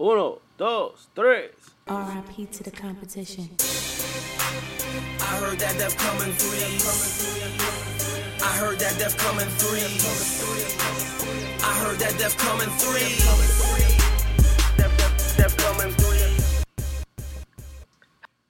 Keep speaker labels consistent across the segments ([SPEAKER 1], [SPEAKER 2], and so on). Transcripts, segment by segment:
[SPEAKER 1] Uno, dos, tres.
[SPEAKER 2] R.I.P. to the competition.
[SPEAKER 3] I heard that death coming three. I heard that death coming three. I heard that death coming three. Death, death, death coming three.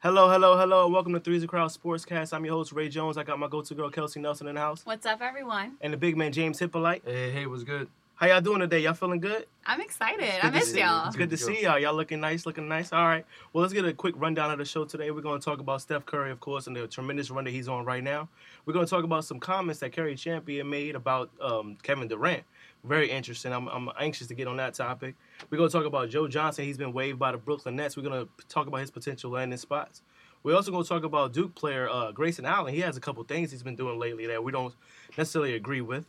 [SPEAKER 1] Hello, hello, hello, and welcome to Threes of Crowd Sportscast. I'm your host, Ray Jones. I got my go-to girl, Kelsey Nelson, in the house.
[SPEAKER 4] What's up, everyone?
[SPEAKER 1] And the big man, James Hippolyte.
[SPEAKER 5] Hey, hey, what's good?
[SPEAKER 1] How y'all doing today? Y'all feeling good?
[SPEAKER 4] I'm excited. I miss
[SPEAKER 5] see you.
[SPEAKER 4] y'all.
[SPEAKER 1] It's good to
[SPEAKER 5] Good to go.
[SPEAKER 1] see y'all. Y'all looking nice, looking nice. All right. Well, let's get a quick rundown of the show today. We're going to talk about Steph Curry, of course, and the tremendous run that he's on right now. We're going to talk about some comments that Kerry Champion made about um, Kevin Durant. Very interesting. I'm, I'm anxious to get on that topic. We're going to talk about Joe Johnson. He's been waived by the Brooklyn Nets. We're going to talk about his potential landing spots. We're also going to talk about Duke player uh, Grayson Allen. He has a couple things he's been doing lately that we don't necessarily agree with.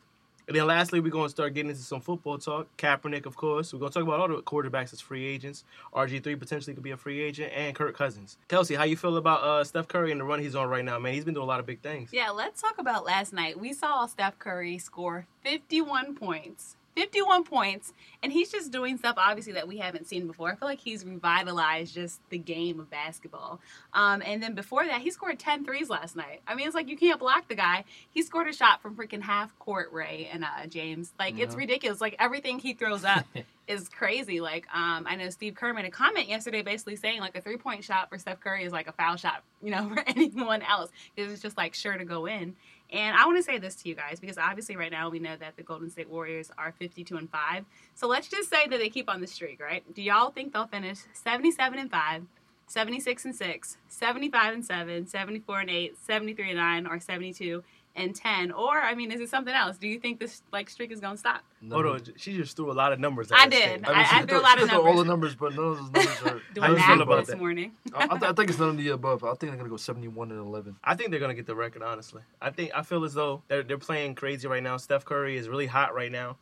[SPEAKER 1] And then lastly, we're going to start getting into some football talk. Kaepernick, of course. We're going to talk about all the quarterbacks as free agents. RG3 potentially could be a free agent, and Kirk Cousins. Kelsey, how you feel about uh, Steph Curry and the run he's on right now, man? He's been doing a lot of big things.
[SPEAKER 4] Yeah, let's talk about last night. We saw Steph Curry score 51 points. 51 points, and he's just doing stuff obviously that we haven't seen before. I feel like he's revitalized just the game of basketball. Um, and then before that, he scored 10 threes last night. I mean, it's like you can't block the guy. He scored a shot from freaking half court, Ray and uh, James. Like, it's
[SPEAKER 5] Yeah.
[SPEAKER 4] ridiculous. Like, everything he throws up is crazy. Like, um, I know Steve Kerr made a comment yesterday basically saying, like, a three point shot for Steph Curry is like a foul shot, you know, for anyone else. It's just like sure to go in. And I want to say this to you guys because obviously right now we know that the Golden State Warriors are 52 and 5. So let's just say that they keep on the streak, right? Do y'all think they'll finish 77 and 5, 76 and 6, 75 and 7, 74 and 8, 73 and 9 or 72 and 10? Or I mean, is it something else? Do you think this like streak is going to stop?
[SPEAKER 1] Hold on. She just threw a lot of numbers at
[SPEAKER 4] I
[SPEAKER 1] us,
[SPEAKER 4] did.
[SPEAKER 1] man.
[SPEAKER 4] I- I
[SPEAKER 5] she
[SPEAKER 4] threw a
[SPEAKER 5] could-
[SPEAKER 4] lot
[SPEAKER 5] she
[SPEAKER 4] of
[SPEAKER 5] could throw all the numbers, but none of those numbers are.
[SPEAKER 4] Doing
[SPEAKER 1] you
[SPEAKER 5] just
[SPEAKER 1] feel
[SPEAKER 4] math
[SPEAKER 1] about
[SPEAKER 4] this
[SPEAKER 1] that?
[SPEAKER 4] morning.
[SPEAKER 5] I, I, th- I think it's none of the above. I think they're gonna go seventy-one and eleven.
[SPEAKER 1] I think they're gonna get the record, honestly. I think I feel as though they're they're playing crazy right now. Steph Curry is really hot right now.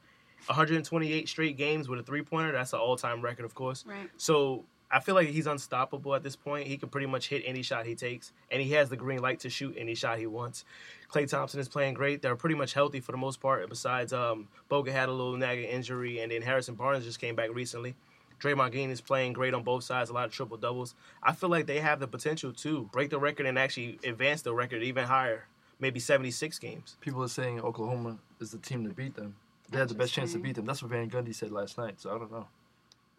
[SPEAKER 1] 128 straight games with a three pointer. That's an all time record, of course.
[SPEAKER 4] Right.
[SPEAKER 1] So I feel like he's unstoppable at this point. He can pretty much hit any shot he takes, and he has the green light to shoot any shot he wants. Clay Thompson is playing great. They're pretty much healthy for the most part, besides um, Boga had a little nagging injury, and then Harrison Barnes just came back recently. Draymond Green is playing great on both sides, a lot of triple doubles. I feel like they have the potential to break the record and actually advance the record even higher, maybe 76 games.
[SPEAKER 5] People are saying Oklahoma is the team to beat them. They have the best chance to beat them. That's what Van Gundy said last night. So I don't know.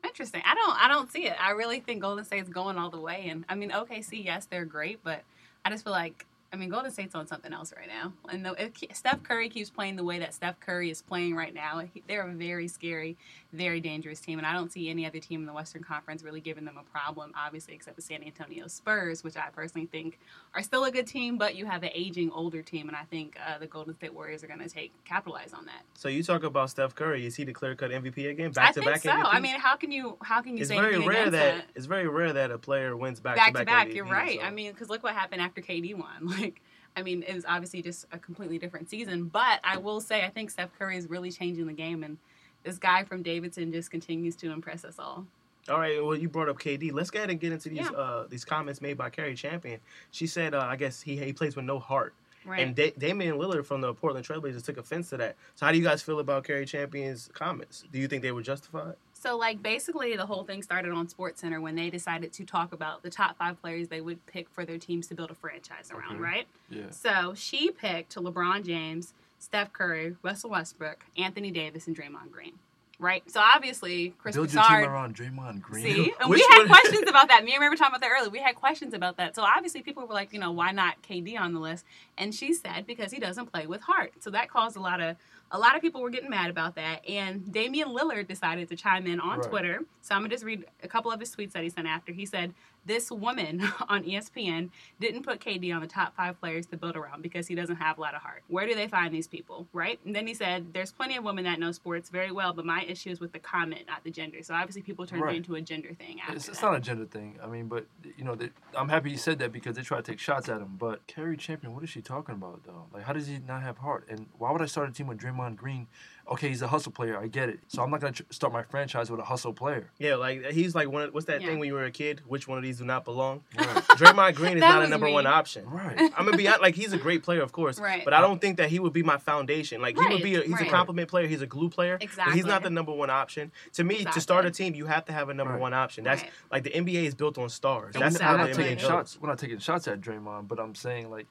[SPEAKER 4] Interesting. I don't. I don't see it. I really think Golden State's going all the way. And I mean, OKC, yes, they're great, but I just feel like I mean, Golden State's on something else right now. And though if Ke- Steph Curry keeps playing the way that Steph Curry is playing right now, he- they're a very scary, very dangerous team. And I don't see any other team in the Western Conference really giving them a problem, obviously, except the San Antonio Spurs, which I personally think are still a good team, but you have an aging, older team, and I think uh, the Golden State Warriors are going to take capitalize on that.
[SPEAKER 1] So you talk about Steph Curry. Is he the clear cut MVP again?
[SPEAKER 4] I
[SPEAKER 1] Back to
[SPEAKER 4] think
[SPEAKER 1] back
[SPEAKER 4] so.
[SPEAKER 1] MVP?
[SPEAKER 4] I mean, how can you how can you
[SPEAKER 1] it's
[SPEAKER 4] say
[SPEAKER 1] very
[SPEAKER 4] anything
[SPEAKER 1] rare
[SPEAKER 4] against
[SPEAKER 1] that
[SPEAKER 4] it?
[SPEAKER 1] it's very rare that a player wins back,
[SPEAKER 4] back to back. You're
[SPEAKER 1] MVP,
[SPEAKER 4] right.
[SPEAKER 1] so-
[SPEAKER 4] I mean, because look what happened after KD won. Like, I mean, it was obviously just a completely different season. But I will say, I think Steph Curry is really changing the game, and this guy from Davidson just continues to impress us all.
[SPEAKER 1] All right. Well, you brought up KD. Let's go ahead and get into these
[SPEAKER 4] Yeah.
[SPEAKER 1] uh, these comments made by Carrie Champion. She said, uh, "I guess he he plays with no heart."
[SPEAKER 4] Right.
[SPEAKER 1] And da- Damian Lillard from the Portland Trailblazers took offense to that. So, how do you guys feel about Carrie Champion's comments? Do you think they were justified?
[SPEAKER 4] So, like, basically, the whole thing started on SportsCenter when they decided to talk about the top five players they would pick for their teams to build a franchise around,
[SPEAKER 1] Okay.
[SPEAKER 4] right?
[SPEAKER 5] Mm-hmm. Yeah.
[SPEAKER 4] So she picked LeBron James, Steph Curry, Russell Westbrook, Anthony Davis, and Draymond Green, right? So obviously, Chris
[SPEAKER 5] Build your team
[SPEAKER 4] Broussard
[SPEAKER 5] around Draymond Green.
[SPEAKER 4] See, and
[SPEAKER 1] Which
[SPEAKER 4] we had
[SPEAKER 1] one-
[SPEAKER 4] questions about that. Me and Ray were talking about that earlier. We had questions about that. So obviously, people were like, you know, why not KD on the list? And she said because he doesn't play with heart. So that caused a lot of a lot of people were getting mad about that. And Damian Lillard decided to chime in on
[SPEAKER 5] Right.
[SPEAKER 4] Twitter. So I'm gonna just read a couple of his tweets that he sent after. He said, "This woman on E ESPN didn't put KD on the top five players to build around because he doesn't have a lot of heart. Where do they find these people, right?" And then he said, "There's plenty of women that know sports very well, but my issue is with the comment, not the gender." So obviously, people turned
[SPEAKER 5] Right.
[SPEAKER 4] it into a gender thing. After
[SPEAKER 5] It's, it's
[SPEAKER 4] that.
[SPEAKER 5] not a gender thing. I mean, but you know, they, I'm happy he said that because they try to take shots at him. But Carrie Champion, what is she talking about though? Like, how does he not have heart? And why would I start a team with Draymond Draymond Green, okay, he's a hustle player. I get it. So I'm not gonna tr- start my franchise with a hustle player.
[SPEAKER 1] Yeah, like he's like one. Of, what's that
[SPEAKER 4] Yeah.
[SPEAKER 1] thing when you were a kid? Which one of these do not belong?
[SPEAKER 5] Right.
[SPEAKER 1] Draymond Green is
[SPEAKER 4] That
[SPEAKER 1] not a
[SPEAKER 4] was
[SPEAKER 1] number
[SPEAKER 4] me.
[SPEAKER 1] one option.
[SPEAKER 5] right.
[SPEAKER 1] I'm gonna be hon- like he's a great player, of course,
[SPEAKER 4] Right.
[SPEAKER 1] but I don't think that he would be my foundation. Like he would be, a,
[SPEAKER 4] Right,
[SPEAKER 1] he's a
[SPEAKER 4] right.
[SPEAKER 1] compliment player, he's a glue player, but he's not
[SPEAKER 4] Exactly.
[SPEAKER 1] the number one option. To me, to start a
[SPEAKER 4] Exactly.
[SPEAKER 1] team, you have to have a number
[SPEAKER 5] Right.
[SPEAKER 1] one option. That's
[SPEAKER 4] Right.
[SPEAKER 1] like the NBA is built on stars.
[SPEAKER 5] And
[SPEAKER 1] That's
[SPEAKER 5] we're, we're
[SPEAKER 1] how
[SPEAKER 5] not
[SPEAKER 1] the
[SPEAKER 4] Exactly.
[SPEAKER 5] taking
[SPEAKER 1] NBA goes.
[SPEAKER 5] shots. We're not taking shots at Draymond, but I'm saying like,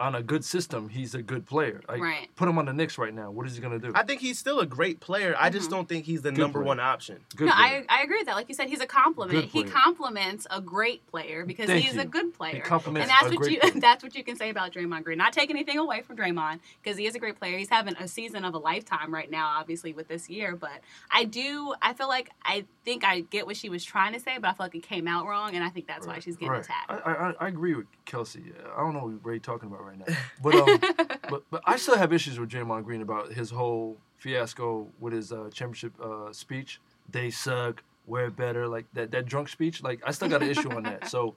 [SPEAKER 5] on a good system, he's a good player. Like,
[SPEAKER 4] Right.
[SPEAKER 5] Put him on the Knicks right now. What is he gonna do?
[SPEAKER 1] I think he's still a great player. I
[SPEAKER 4] Mm-hmm.
[SPEAKER 1] just don't think he's the
[SPEAKER 5] Good
[SPEAKER 1] number
[SPEAKER 5] player.
[SPEAKER 1] one option.
[SPEAKER 5] good
[SPEAKER 4] no,
[SPEAKER 5] player.
[SPEAKER 4] I, I agree with that. Like you said, he's a compliment.
[SPEAKER 5] Good
[SPEAKER 4] He
[SPEAKER 5] player.
[SPEAKER 4] compliments a great player because
[SPEAKER 5] Thank
[SPEAKER 4] he's
[SPEAKER 5] you.
[SPEAKER 4] a good player. and
[SPEAKER 5] compliments
[SPEAKER 4] that's
[SPEAKER 5] a
[SPEAKER 4] what
[SPEAKER 5] great
[SPEAKER 4] you
[SPEAKER 5] player.
[SPEAKER 4] that's what you can say about Draymond Green. Not take anything away from Draymond because he is a great player. He's having a season of a lifetime right now, obviously with this year. But I do I feel like I think I get what she was trying to say, but I feel like it came out wrong, and I think that's why she's getting
[SPEAKER 5] right.
[SPEAKER 4] attacked.
[SPEAKER 5] I, I, I agree with Kelsey. I don't know what we're talking about right now, but um, but but I still have issues with Draymond Green about his whole fiasco with his uh, championship uh, speech. They suck. We're better. Like that that drunk speech. Like I still got an issue on that. So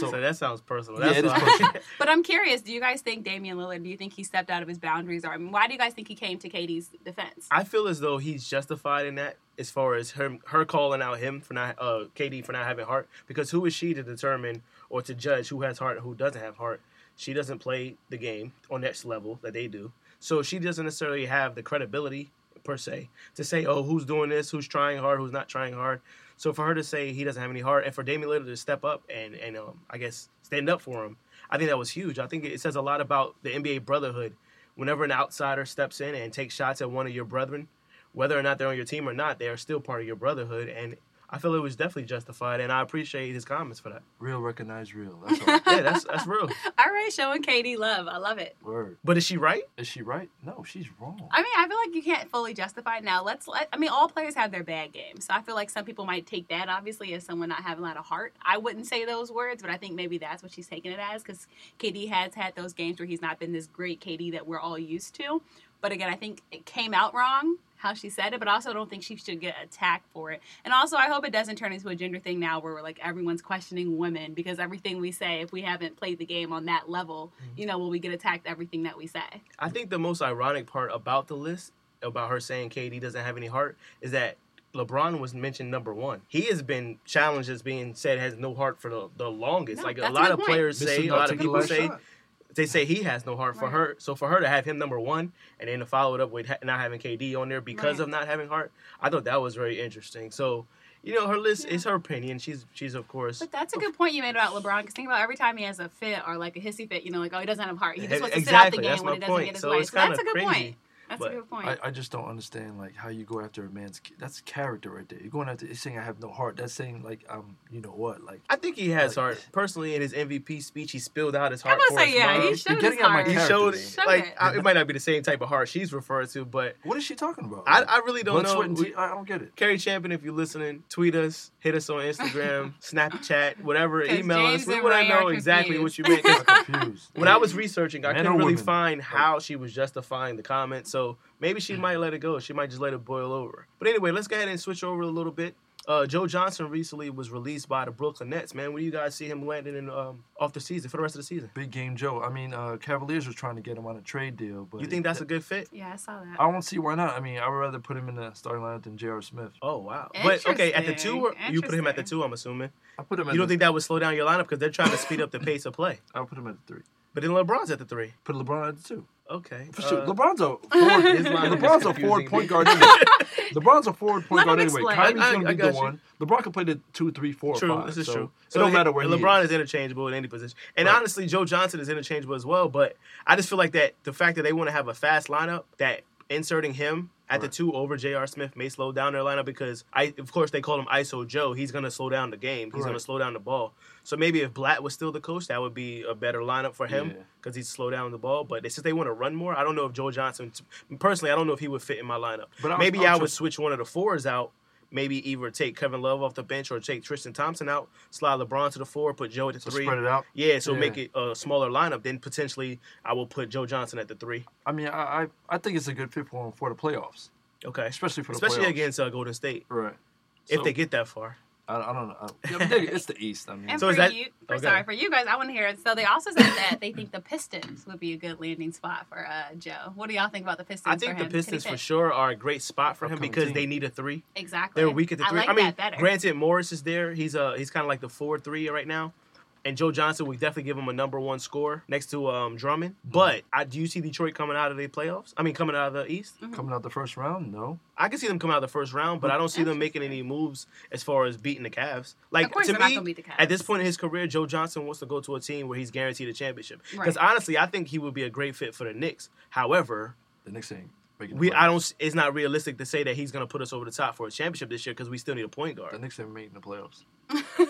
[SPEAKER 5] so,
[SPEAKER 1] So that sounds personal.
[SPEAKER 5] Yeah,
[SPEAKER 1] That's
[SPEAKER 5] it is
[SPEAKER 1] why-
[SPEAKER 5] personal.
[SPEAKER 4] But I'm curious, do you guys think Damian Lillard, do you think he stepped out of his boundaries? Or I mean, why do you guys think he came to Katie's defense?
[SPEAKER 1] I feel as though he's justified in that as far as her her calling out him for not uh KD for not having heart because who is she to determine or to judge who has heart and who doesn't have heart? She doesn't play the game on next level that they do. So she doesn't necessarily have the credibility per se to say, "Oh, who's doing this? Who's trying hard? Who's not trying hard?" So for her to say he doesn't have any heart and for Damian Lillard to step up and and um, I guess stand up for him, I think that was huge. I think it says a lot about the NBA brotherhood whenever an outsider steps in and takes shots at one of your brethren, whether or not they're on your team or not, they are still part of your brotherhood. And I feel it was definitely justified, and I appreciate his comments for that.
[SPEAKER 5] real recognize real. That's all.
[SPEAKER 1] Yeah, that's that's real.
[SPEAKER 4] All right, showing Katie love. I love it.
[SPEAKER 5] Word.
[SPEAKER 1] But is she right?
[SPEAKER 5] Is she right? No, she's wrong.
[SPEAKER 4] I mean, I feel like you can't fully justify it now. Let's let I mean, all players have their bad games. So I feel like some people might take that obviously as someone not having a lot of heart. I wouldn't say those words, but I think maybe that's what she's taking it as because KD has had those games where he's not been this great KD that we're all used to. But again, I think it came out wrong how she said it, but I also don't think she should get attacked for it. And also, I hope it doesn't turn into a gender thing now where like everyone's questioning women because everything we say, if we haven't played the game on that level, you know, will we get attacked everything that we say?
[SPEAKER 1] I think the most ironic part about the list, about her saying KD doesn't have any heart, is that LeBron was mentioned number one. He has been challenged as being said has no heart for the, the longest.
[SPEAKER 4] No,
[SPEAKER 1] like a
[SPEAKER 4] that's
[SPEAKER 1] lot
[SPEAKER 4] my
[SPEAKER 1] of
[SPEAKER 4] point.
[SPEAKER 1] players
[SPEAKER 5] Missing
[SPEAKER 1] say, a
[SPEAKER 5] not
[SPEAKER 1] lot of
[SPEAKER 5] taking the
[SPEAKER 1] people
[SPEAKER 5] last
[SPEAKER 1] say,
[SPEAKER 5] shot.
[SPEAKER 1] they say he has no heart for
[SPEAKER 4] Right.
[SPEAKER 1] her. So for her to have him number one and then to follow it up with ha- not having KD on there because
[SPEAKER 4] Right.
[SPEAKER 1] of not having heart, I thought that was very interesting. So, you know, her list is her opinion. She's she's of course.
[SPEAKER 4] But that's a good point you made about LeBron. Because think about every time he has a fit or like a hissy fit, you know, like oh he doesn't have heart. He just wants to
[SPEAKER 1] Exactly,
[SPEAKER 4] sit out
[SPEAKER 1] that's
[SPEAKER 4] the game when
[SPEAKER 1] my
[SPEAKER 4] it doesn't
[SPEAKER 1] point.
[SPEAKER 4] get his
[SPEAKER 1] So
[SPEAKER 4] way.
[SPEAKER 1] it's
[SPEAKER 4] So that's a
[SPEAKER 1] kinda
[SPEAKER 4] good
[SPEAKER 1] crazy,
[SPEAKER 4] point. That's
[SPEAKER 1] but
[SPEAKER 4] a good point.
[SPEAKER 5] I, I just don't understand like how you go after a man's ki- that's character right there. You're going after it's saying I have no heart. That's saying like um you know what like
[SPEAKER 1] I think he has
[SPEAKER 4] Oh,
[SPEAKER 5] Like-
[SPEAKER 1] heart. Personally, in his MVP speech, he spilled out his heart.
[SPEAKER 4] I'm gonna
[SPEAKER 1] for
[SPEAKER 4] say
[SPEAKER 1] his
[SPEAKER 4] yeah.
[SPEAKER 1] mom.
[SPEAKER 4] He
[SPEAKER 5] You're
[SPEAKER 4] showed his
[SPEAKER 5] getting at my
[SPEAKER 4] heart.
[SPEAKER 1] He
[SPEAKER 5] character.
[SPEAKER 1] showed
[SPEAKER 4] Showed
[SPEAKER 1] like
[SPEAKER 4] it.
[SPEAKER 1] I, it might not be the same type of heart she's referring to, but
[SPEAKER 5] what is she talking about?
[SPEAKER 1] I,
[SPEAKER 5] Like,
[SPEAKER 1] I really don't
[SPEAKER 5] blood,
[SPEAKER 1] know.
[SPEAKER 5] sweat, and
[SPEAKER 1] We-
[SPEAKER 5] tea- I don't get it.
[SPEAKER 1] Carrie Champion, if you're listening, tweet us, hit us on Instagram, Snapchat, whatever,
[SPEAKER 4] 'Cause
[SPEAKER 1] email
[SPEAKER 4] James
[SPEAKER 1] us. We
[SPEAKER 4] and
[SPEAKER 1] want
[SPEAKER 4] Ray
[SPEAKER 1] to know
[SPEAKER 4] are
[SPEAKER 1] exactly what you
[SPEAKER 4] confused.
[SPEAKER 1] meant. 'cause
[SPEAKER 5] I'm confused.
[SPEAKER 1] When I was researching, I
[SPEAKER 5] Men
[SPEAKER 1] couldn't
[SPEAKER 5] or Oh.
[SPEAKER 1] really
[SPEAKER 5] women?
[SPEAKER 1] find how she was justifying the comment, so maybe she might let it go. She might just let it boil over. But anyway, let's go ahead and switch over a little bit. Uh, Joe Johnson recently was released by the Brooklyn Nets. Man, where do you guys see him landing in um, off the season for the rest of the season?
[SPEAKER 5] big game Joe. I mean, uh, Cavaliers was trying to get him on a trade deal, but
[SPEAKER 1] You think that's a good fit?
[SPEAKER 4] yeah, I saw that.
[SPEAKER 5] I
[SPEAKER 1] Oh,
[SPEAKER 5] don't see why not. I mean, I would rather put him in the starting lineup than J.R. Smith.
[SPEAKER 1] Oh wow! But okay, at the two, or,
[SPEAKER 4] Interesting.
[SPEAKER 1] you put him at the
[SPEAKER 4] Interesting.
[SPEAKER 1] two. I'm assuming
[SPEAKER 5] I put him. At
[SPEAKER 1] you don't
[SPEAKER 5] the,
[SPEAKER 1] think that would slow down your lineup because they're trying to speed up the pace of play.
[SPEAKER 5] I'll put him at the three.
[SPEAKER 1] But then LeBron's at the three.
[SPEAKER 5] Put LeBron at the two.
[SPEAKER 1] Okay.
[SPEAKER 5] For sure.
[SPEAKER 1] uh,
[SPEAKER 5] LeBron's a forward.
[SPEAKER 1] His line is
[SPEAKER 5] LeBron's a
[SPEAKER 1] confusing
[SPEAKER 5] forward
[SPEAKER 1] me.
[SPEAKER 5] point guard. Anyway. LeBron's a forward point
[SPEAKER 4] Let
[SPEAKER 5] guard
[SPEAKER 4] him
[SPEAKER 5] anyway.
[SPEAKER 4] explain.
[SPEAKER 5] Kyrie's
[SPEAKER 1] I-
[SPEAKER 5] gonna
[SPEAKER 1] I
[SPEAKER 5] be
[SPEAKER 1] got
[SPEAKER 5] the
[SPEAKER 1] you.
[SPEAKER 5] one. LeBron can play the two, three, four,
[SPEAKER 1] True,
[SPEAKER 5] five.
[SPEAKER 1] this is
[SPEAKER 5] so
[SPEAKER 1] true.
[SPEAKER 5] it
[SPEAKER 1] he-
[SPEAKER 5] don't matter where he
[SPEAKER 1] LeBron
[SPEAKER 5] is.
[SPEAKER 1] is interchangeable in any position, and
[SPEAKER 5] Right.
[SPEAKER 1] honestly, Joe Johnson is interchangeable as well. But I just feel like that the fact that they want to have a fast lineup, that inserting him at the
[SPEAKER 5] Right.
[SPEAKER 1] two over J.R. Smith may slow down their lineup because I, of course, they call him ISO Joe. He's going to slow down the game. He's going to
[SPEAKER 5] Right.
[SPEAKER 1] slow down the ball. So maybe if Blatt was still the coach, that would be a better lineup for him
[SPEAKER 5] Yeah.
[SPEAKER 1] because he'd slow down the ball. But they- since they want to run more, I don't know if Joe Johnson personally. I don't know if he would fit in my lineup.
[SPEAKER 5] But I'm-
[SPEAKER 1] maybe
[SPEAKER 5] I'm
[SPEAKER 1] i
[SPEAKER 5] sure-
[SPEAKER 1] would switch one of the fours out. Maybe either take Kevin Love off the bench or take Tristan Thompson out, slide LeBron to the four, put Joe at the
[SPEAKER 5] So
[SPEAKER 1] three.
[SPEAKER 5] spread it out.
[SPEAKER 1] Yeah, so make
[SPEAKER 5] Yeah.
[SPEAKER 1] it a smaller lineup. Then potentially I will put Joe Johnson at the three.
[SPEAKER 5] I mean, I, I I think it's a good fit for him for the playoffs,
[SPEAKER 1] Okay.
[SPEAKER 5] especially for the
[SPEAKER 1] Especially
[SPEAKER 5] playoffs.
[SPEAKER 1] against uh, Golden State,
[SPEAKER 5] right?
[SPEAKER 1] if
[SPEAKER 5] So-
[SPEAKER 1] they get that far.
[SPEAKER 5] I, I don't know. I, I mean, they- it's the East. I mean,
[SPEAKER 4] And
[SPEAKER 1] So
[SPEAKER 4] for
[SPEAKER 1] is that- Oh,
[SPEAKER 4] you, for,
[SPEAKER 1] okay.
[SPEAKER 4] sorry, for you guys, I want to hear it. So they also said that they think the Pistons would be a good landing spot for uh, Joe. What do y'all think about the Pistons?
[SPEAKER 1] I think
[SPEAKER 4] for
[SPEAKER 1] the
[SPEAKER 4] him?
[SPEAKER 1] Pistons
[SPEAKER 4] Can he
[SPEAKER 1] for
[SPEAKER 4] fit?
[SPEAKER 1] sure are a great spot for him
[SPEAKER 5] Upcoming
[SPEAKER 1] because
[SPEAKER 5] team.
[SPEAKER 1] they need a three.
[SPEAKER 4] Exactly.
[SPEAKER 1] They're weak at the
[SPEAKER 4] I
[SPEAKER 1] three.
[SPEAKER 4] like
[SPEAKER 1] I mean,
[SPEAKER 4] that better.
[SPEAKER 1] granted, Morris is there. He's uh he's kind of like the four three right now, and Joe Johnson would definitely give him a number one score next to um Drummond. But I do you see Detroit coming out of the playoffs? I mean, coming out of the East.
[SPEAKER 4] Mm-hmm.
[SPEAKER 5] coming out the first round, no.
[SPEAKER 1] I can see them coming out of the first round, but I don't see them making any moves as far as beating the Cavs. Like
[SPEAKER 4] Of course
[SPEAKER 1] to
[SPEAKER 4] they're not
[SPEAKER 1] me,
[SPEAKER 4] gonna beat the Cavs.
[SPEAKER 1] at this point in his career, Joe Johnson wants to go to a team where he's guaranteed a championship. Because
[SPEAKER 4] Right.
[SPEAKER 1] honestly, I think he would be a great fit for the Knicks. However,
[SPEAKER 5] The Knicks ain't making. the
[SPEAKER 1] we I
[SPEAKER 5] playoffs.
[SPEAKER 1] don't. It's not realistic to say that he's going to put us over the top for a championship this year because we still need a point
[SPEAKER 5] The
[SPEAKER 1] guard.
[SPEAKER 5] Knicks ain't making the playoffs.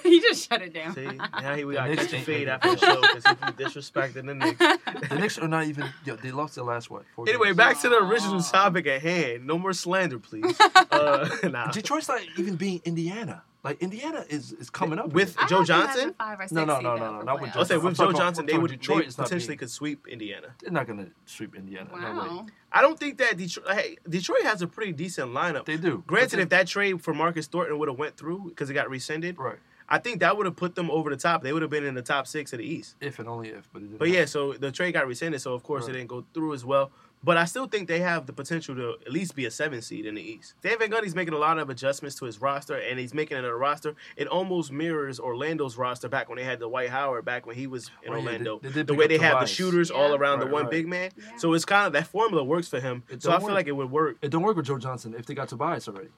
[SPEAKER 4] you just shut it down.
[SPEAKER 1] See, now he, we
[SPEAKER 5] The
[SPEAKER 1] got to
[SPEAKER 5] Knicks
[SPEAKER 1] catch a
[SPEAKER 5] ain't
[SPEAKER 1] fade
[SPEAKER 5] making
[SPEAKER 1] after the show because he disrespected the Knicks.
[SPEAKER 5] The Knicks are not even. Yo, they lost their last what? Four
[SPEAKER 1] Anyway,
[SPEAKER 5] games.
[SPEAKER 1] back to the original topic at hand. No more slander, please. Uh, nah.
[SPEAKER 5] Detroit's not even being Indiana. Like Indiana is is coming up
[SPEAKER 1] With-
[SPEAKER 5] again.
[SPEAKER 4] I
[SPEAKER 1] Joe
[SPEAKER 4] don't think that's a
[SPEAKER 1] Johnson?
[SPEAKER 4] Five or six
[SPEAKER 5] No, no,
[SPEAKER 4] seed,
[SPEAKER 5] no,
[SPEAKER 4] though,
[SPEAKER 5] no, no,
[SPEAKER 4] for
[SPEAKER 5] not with
[SPEAKER 4] playoffs.
[SPEAKER 5] Joe-
[SPEAKER 1] I'll say
[SPEAKER 5] I'm
[SPEAKER 1] with
[SPEAKER 5] talking
[SPEAKER 1] Joe
[SPEAKER 5] about-
[SPEAKER 1] Johnson,
[SPEAKER 5] I'm
[SPEAKER 1] they
[SPEAKER 5] talking
[SPEAKER 1] would
[SPEAKER 5] Detroit
[SPEAKER 1] they
[SPEAKER 5] is not
[SPEAKER 1] potentially
[SPEAKER 5] being-
[SPEAKER 1] could sweep Indiana.
[SPEAKER 5] They're not gonna sweep Indiana. No way.
[SPEAKER 4] Wow.
[SPEAKER 1] I don't think that Detroit. Hey, Detroit has a pretty decent lineup.
[SPEAKER 5] They do. But
[SPEAKER 1] Granted,
[SPEAKER 5] they-
[SPEAKER 1] if that trade for Marcus Thornton would have went through because it got rescinded,
[SPEAKER 5] Right.
[SPEAKER 1] I think that would have put them over the top. They would have been in the top six of the East.
[SPEAKER 5] If and only if, but it didn't
[SPEAKER 1] But
[SPEAKER 5] happen.
[SPEAKER 1] yeah, so the trade got rescinded, so of course it
[SPEAKER 5] Right.
[SPEAKER 1] didn't go through as well. But I still think they have the potential to at least be a seven seed in the East. Dan Van Gundy's making a lot of adjustments to his roster, and he's making it a roster. It almost mirrors Orlando's roster back when they had the White Howard, back when he was in
[SPEAKER 5] Oh, yeah, they-
[SPEAKER 1] Orlando.
[SPEAKER 5] they did
[SPEAKER 1] the
[SPEAKER 5] pick
[SPEAKER 1] way
[SPEAKER 5] up
[SPEAKER 1] they have the
[SPEAKER 5] Tobias.
[SPEAKER 1] shooters all
[SPEAKER 4] Yeah.
[SPEAKER 1] around the
[SPEAKER 5] Right,
[SPEAKER 1] one
[SPEAKER 5] right.
[SPEAKER 1] big man.
[SPEAKER 4] Yeah.
[SPEAKER 1] So it's kind of that formula works for him.
[SPEAKER 5] It
[SPEAKER 1] so I
[SPEAKER 5] don't
[SPEAKER 1] feel
[SPEAKER 5] work.
[SPEAKER 1] like it would work.
[SPEAKER 5] It don't work with Joe Johnson if they got Tobias already.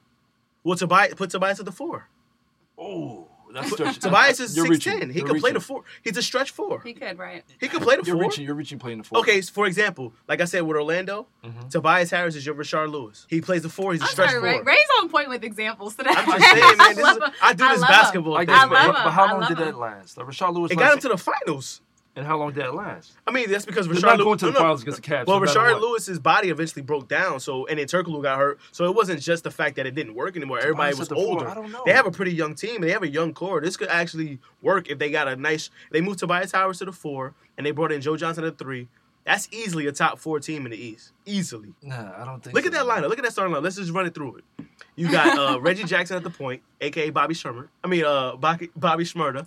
[SPEAKER 1] Well, Tobias put Tobias at the four.
[SPEAKER 5] Oh, that's stretch.
[SPEAKER 1] Tobias is
[SPEAKER 5] You're
[SPEAKER 1] six
[SPEAKER 5] reaching.
[SPEAKER 1] ten. He
[SPEAKER 5] You're
[SPEAKER 1] could play
[SPEAKER 5] reaching.
[SPEAKER 1] the four. He's a stretch four.
[SPEAKER 4] He could, right?
[SPEAKER 1] He could play the
[SPEAKER 5] You're
[SPEAKER 1] four.
[SPEAKER 5] reaching. You're reaching playing the four.
[SPEAKER 1] Okay, so for example, like I said with Orlando,
[SPEAKER 5] Mm-hmm.
[SPEAKER 1] Tobias Harris is your Rashard Lewis. He plays the four. He's a
[SPEAKER 4] I'm
[SPEAKER 1] stretch
[SPEAKER 4] sorry,
[SPEAKER 1] four.
[SPEAKER 4] Ray. Ray's on point with examples today.
[SPEAKER 1] I'm just saying, man. This is,
[SPEAKER 4] love him.
[SPEAKER 1] I do
[SPEAKER 4] I
[SPEAKER 1] this
[SPEAKER 4] love him.
[SPEAKER 1] basketball.
[SPEAKER 5] I
[SPEAKER 1] thing,
[SPEAKER 5] guess,
[SPEAKER 4] I
[SPEAKER 1] man.
[SPEAKER 5] but,
[SPEAKER 4] love
[SPEAKER 5] but
[SPEAKER 4] him.
[SPEAKER 5] how
[SPEAKER 4] I
[SPEAKER 5] long
[SPEAKER 4] love
[SPEAKER 5] did that
[SPEAKER 4] him.
[SPEAKER 5] last? Like, Rashard Lewis.
[SPEAKER 1] It got him
[SPEAKER 5] lasted-
[SPEAKER 1] to the finals.
[SPEAKER 5] And how long did that last?
[SPEAKER 1] I mean, that's because
[SPEAKER 5] They're
[SPEAKER 1] Rashard
[SPEAKER 5] not
[SPEAKER 1] Lew-
[SPEAKER 5] going to the
[SPEAKER 1] no, no.
[SPEAKER 5] finals against the Cavs.
[SPEAKER 1] Well,
[SPEAKER 5] no matter
[SPEAKER 1] Rashard
[SPEAKER 5] what.
[SPEAKER 1] Lewis's body eventually broke down, so and then Turkoglu got hurt, so it wasn't just the fact that it didn't work anymore. Everybody
[SPEAKER 5] at
[SPEAKER 1] was
[SPEAKER 5] the four,
[SPEAKER 1] older.
[SPEAKER 5] I don't know.
[SPEAKER 1] They have a pretty young team. They have a young core. This could actually work if they got a nice. They moved Tobias Howard to the four, and they brought in Joe Johnson at three. That's easily a top four team in the East. Easily.
[SPEAKER 5] Nah, I don't think.
[SPEAKER 1] Look
[SPEAKER 5] so.
[SPEAKER 1] at that lineup. Look at that starting lineup. Let's just run it through it. You got uh, Reggie Jackson at the point, aka Bobby Shermer. I mean, uh, Bobby, Bobby Schmurda.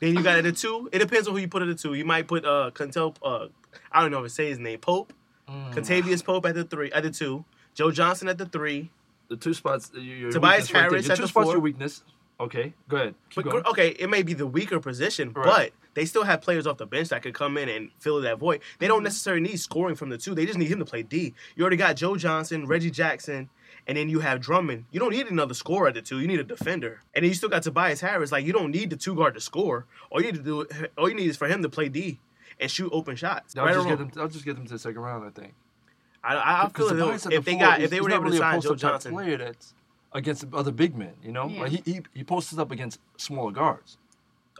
[SPEAKER 1] then you got at the two. It depends on who you put at the two. You might put uh, Contel. Uh, I don't know if it say his name. Pope,
[SPEAKER 5] Mm.
[SPEAKER 1] Contavious Pope at the three. At the two, Joe Johnson at the three.
[SPEAKER 5] The two spots. Your, your
[SPEAKER 1] Tobias
[SPEAKER 5] weakness right there.
[SPEAKER 1] Harris
[SPEAKER 5] Your
[SPEAKER 1] at
[SPEAKER 5] two
[SPEAKER 1] the
[SPEAKER 5] spots.
[SPEAKER 1] four.
[SPEAKER 5] Your weakness. Okay, go ahead. Keep
[SPEAKER 1] But
[SPEAKER 5] going.
[SPEAKER 1] gr- okay, it may be the weaker position,
[SPEAKER 5] Right.
[SPEAKER 1] but they still have players off the bench that could come in and fill that void. They
[SPEAKER 5] Mm-hmm.
[SPEAKER 1] don't necessarily need scoring from the two. They just need him to play D. You already got Joe Johnson, Reggie Jackson, and then you have Drummond. You don't need another scorer at the two. You need a defender, and then you still got Tobias Harris. Like you don't need the two guard to score. All you need to do, all you need is for him to play D and shoot open shots.
[SPEAKER 5] I'll
[SPEAKER 1] Right or
[SPEAKER 5] just get
[SPEAKER 1] wrong?
[SPEAKER 5] them. I'll just get them to the second round. I think.
[SPEAKER 1] I, I, I feel
[SPEAKER 5] Because
[SPEAKER 1] as
[SPEAKER 5] Tobias
[SPEAKER 1] though
[SPEAKER 5] at the
[SPEAKER 1] if they
[SPEAKER 5] four
[SPEAKER 1] got
[SPEAKER 5] is-
[SPEAKER 1] if they
[SPEAKER 5] he's
[SPEAKER 1] were
[SPEAKER 5] not
[SPEAKER 1] able
[SPEAKER 5] really
[SPEAKER 1] to
[SPEAKER 5] a
[SPEAKER 1] sign Joe
[SPEAKER 5] post-up type
[SPEAKER 1] Johnson,
[SPEAKER 5] player that's against other big men, you know,
[SPEAKER 4] Yeah.
[SPEAKER 5] like he, he he posts up against smaller guards.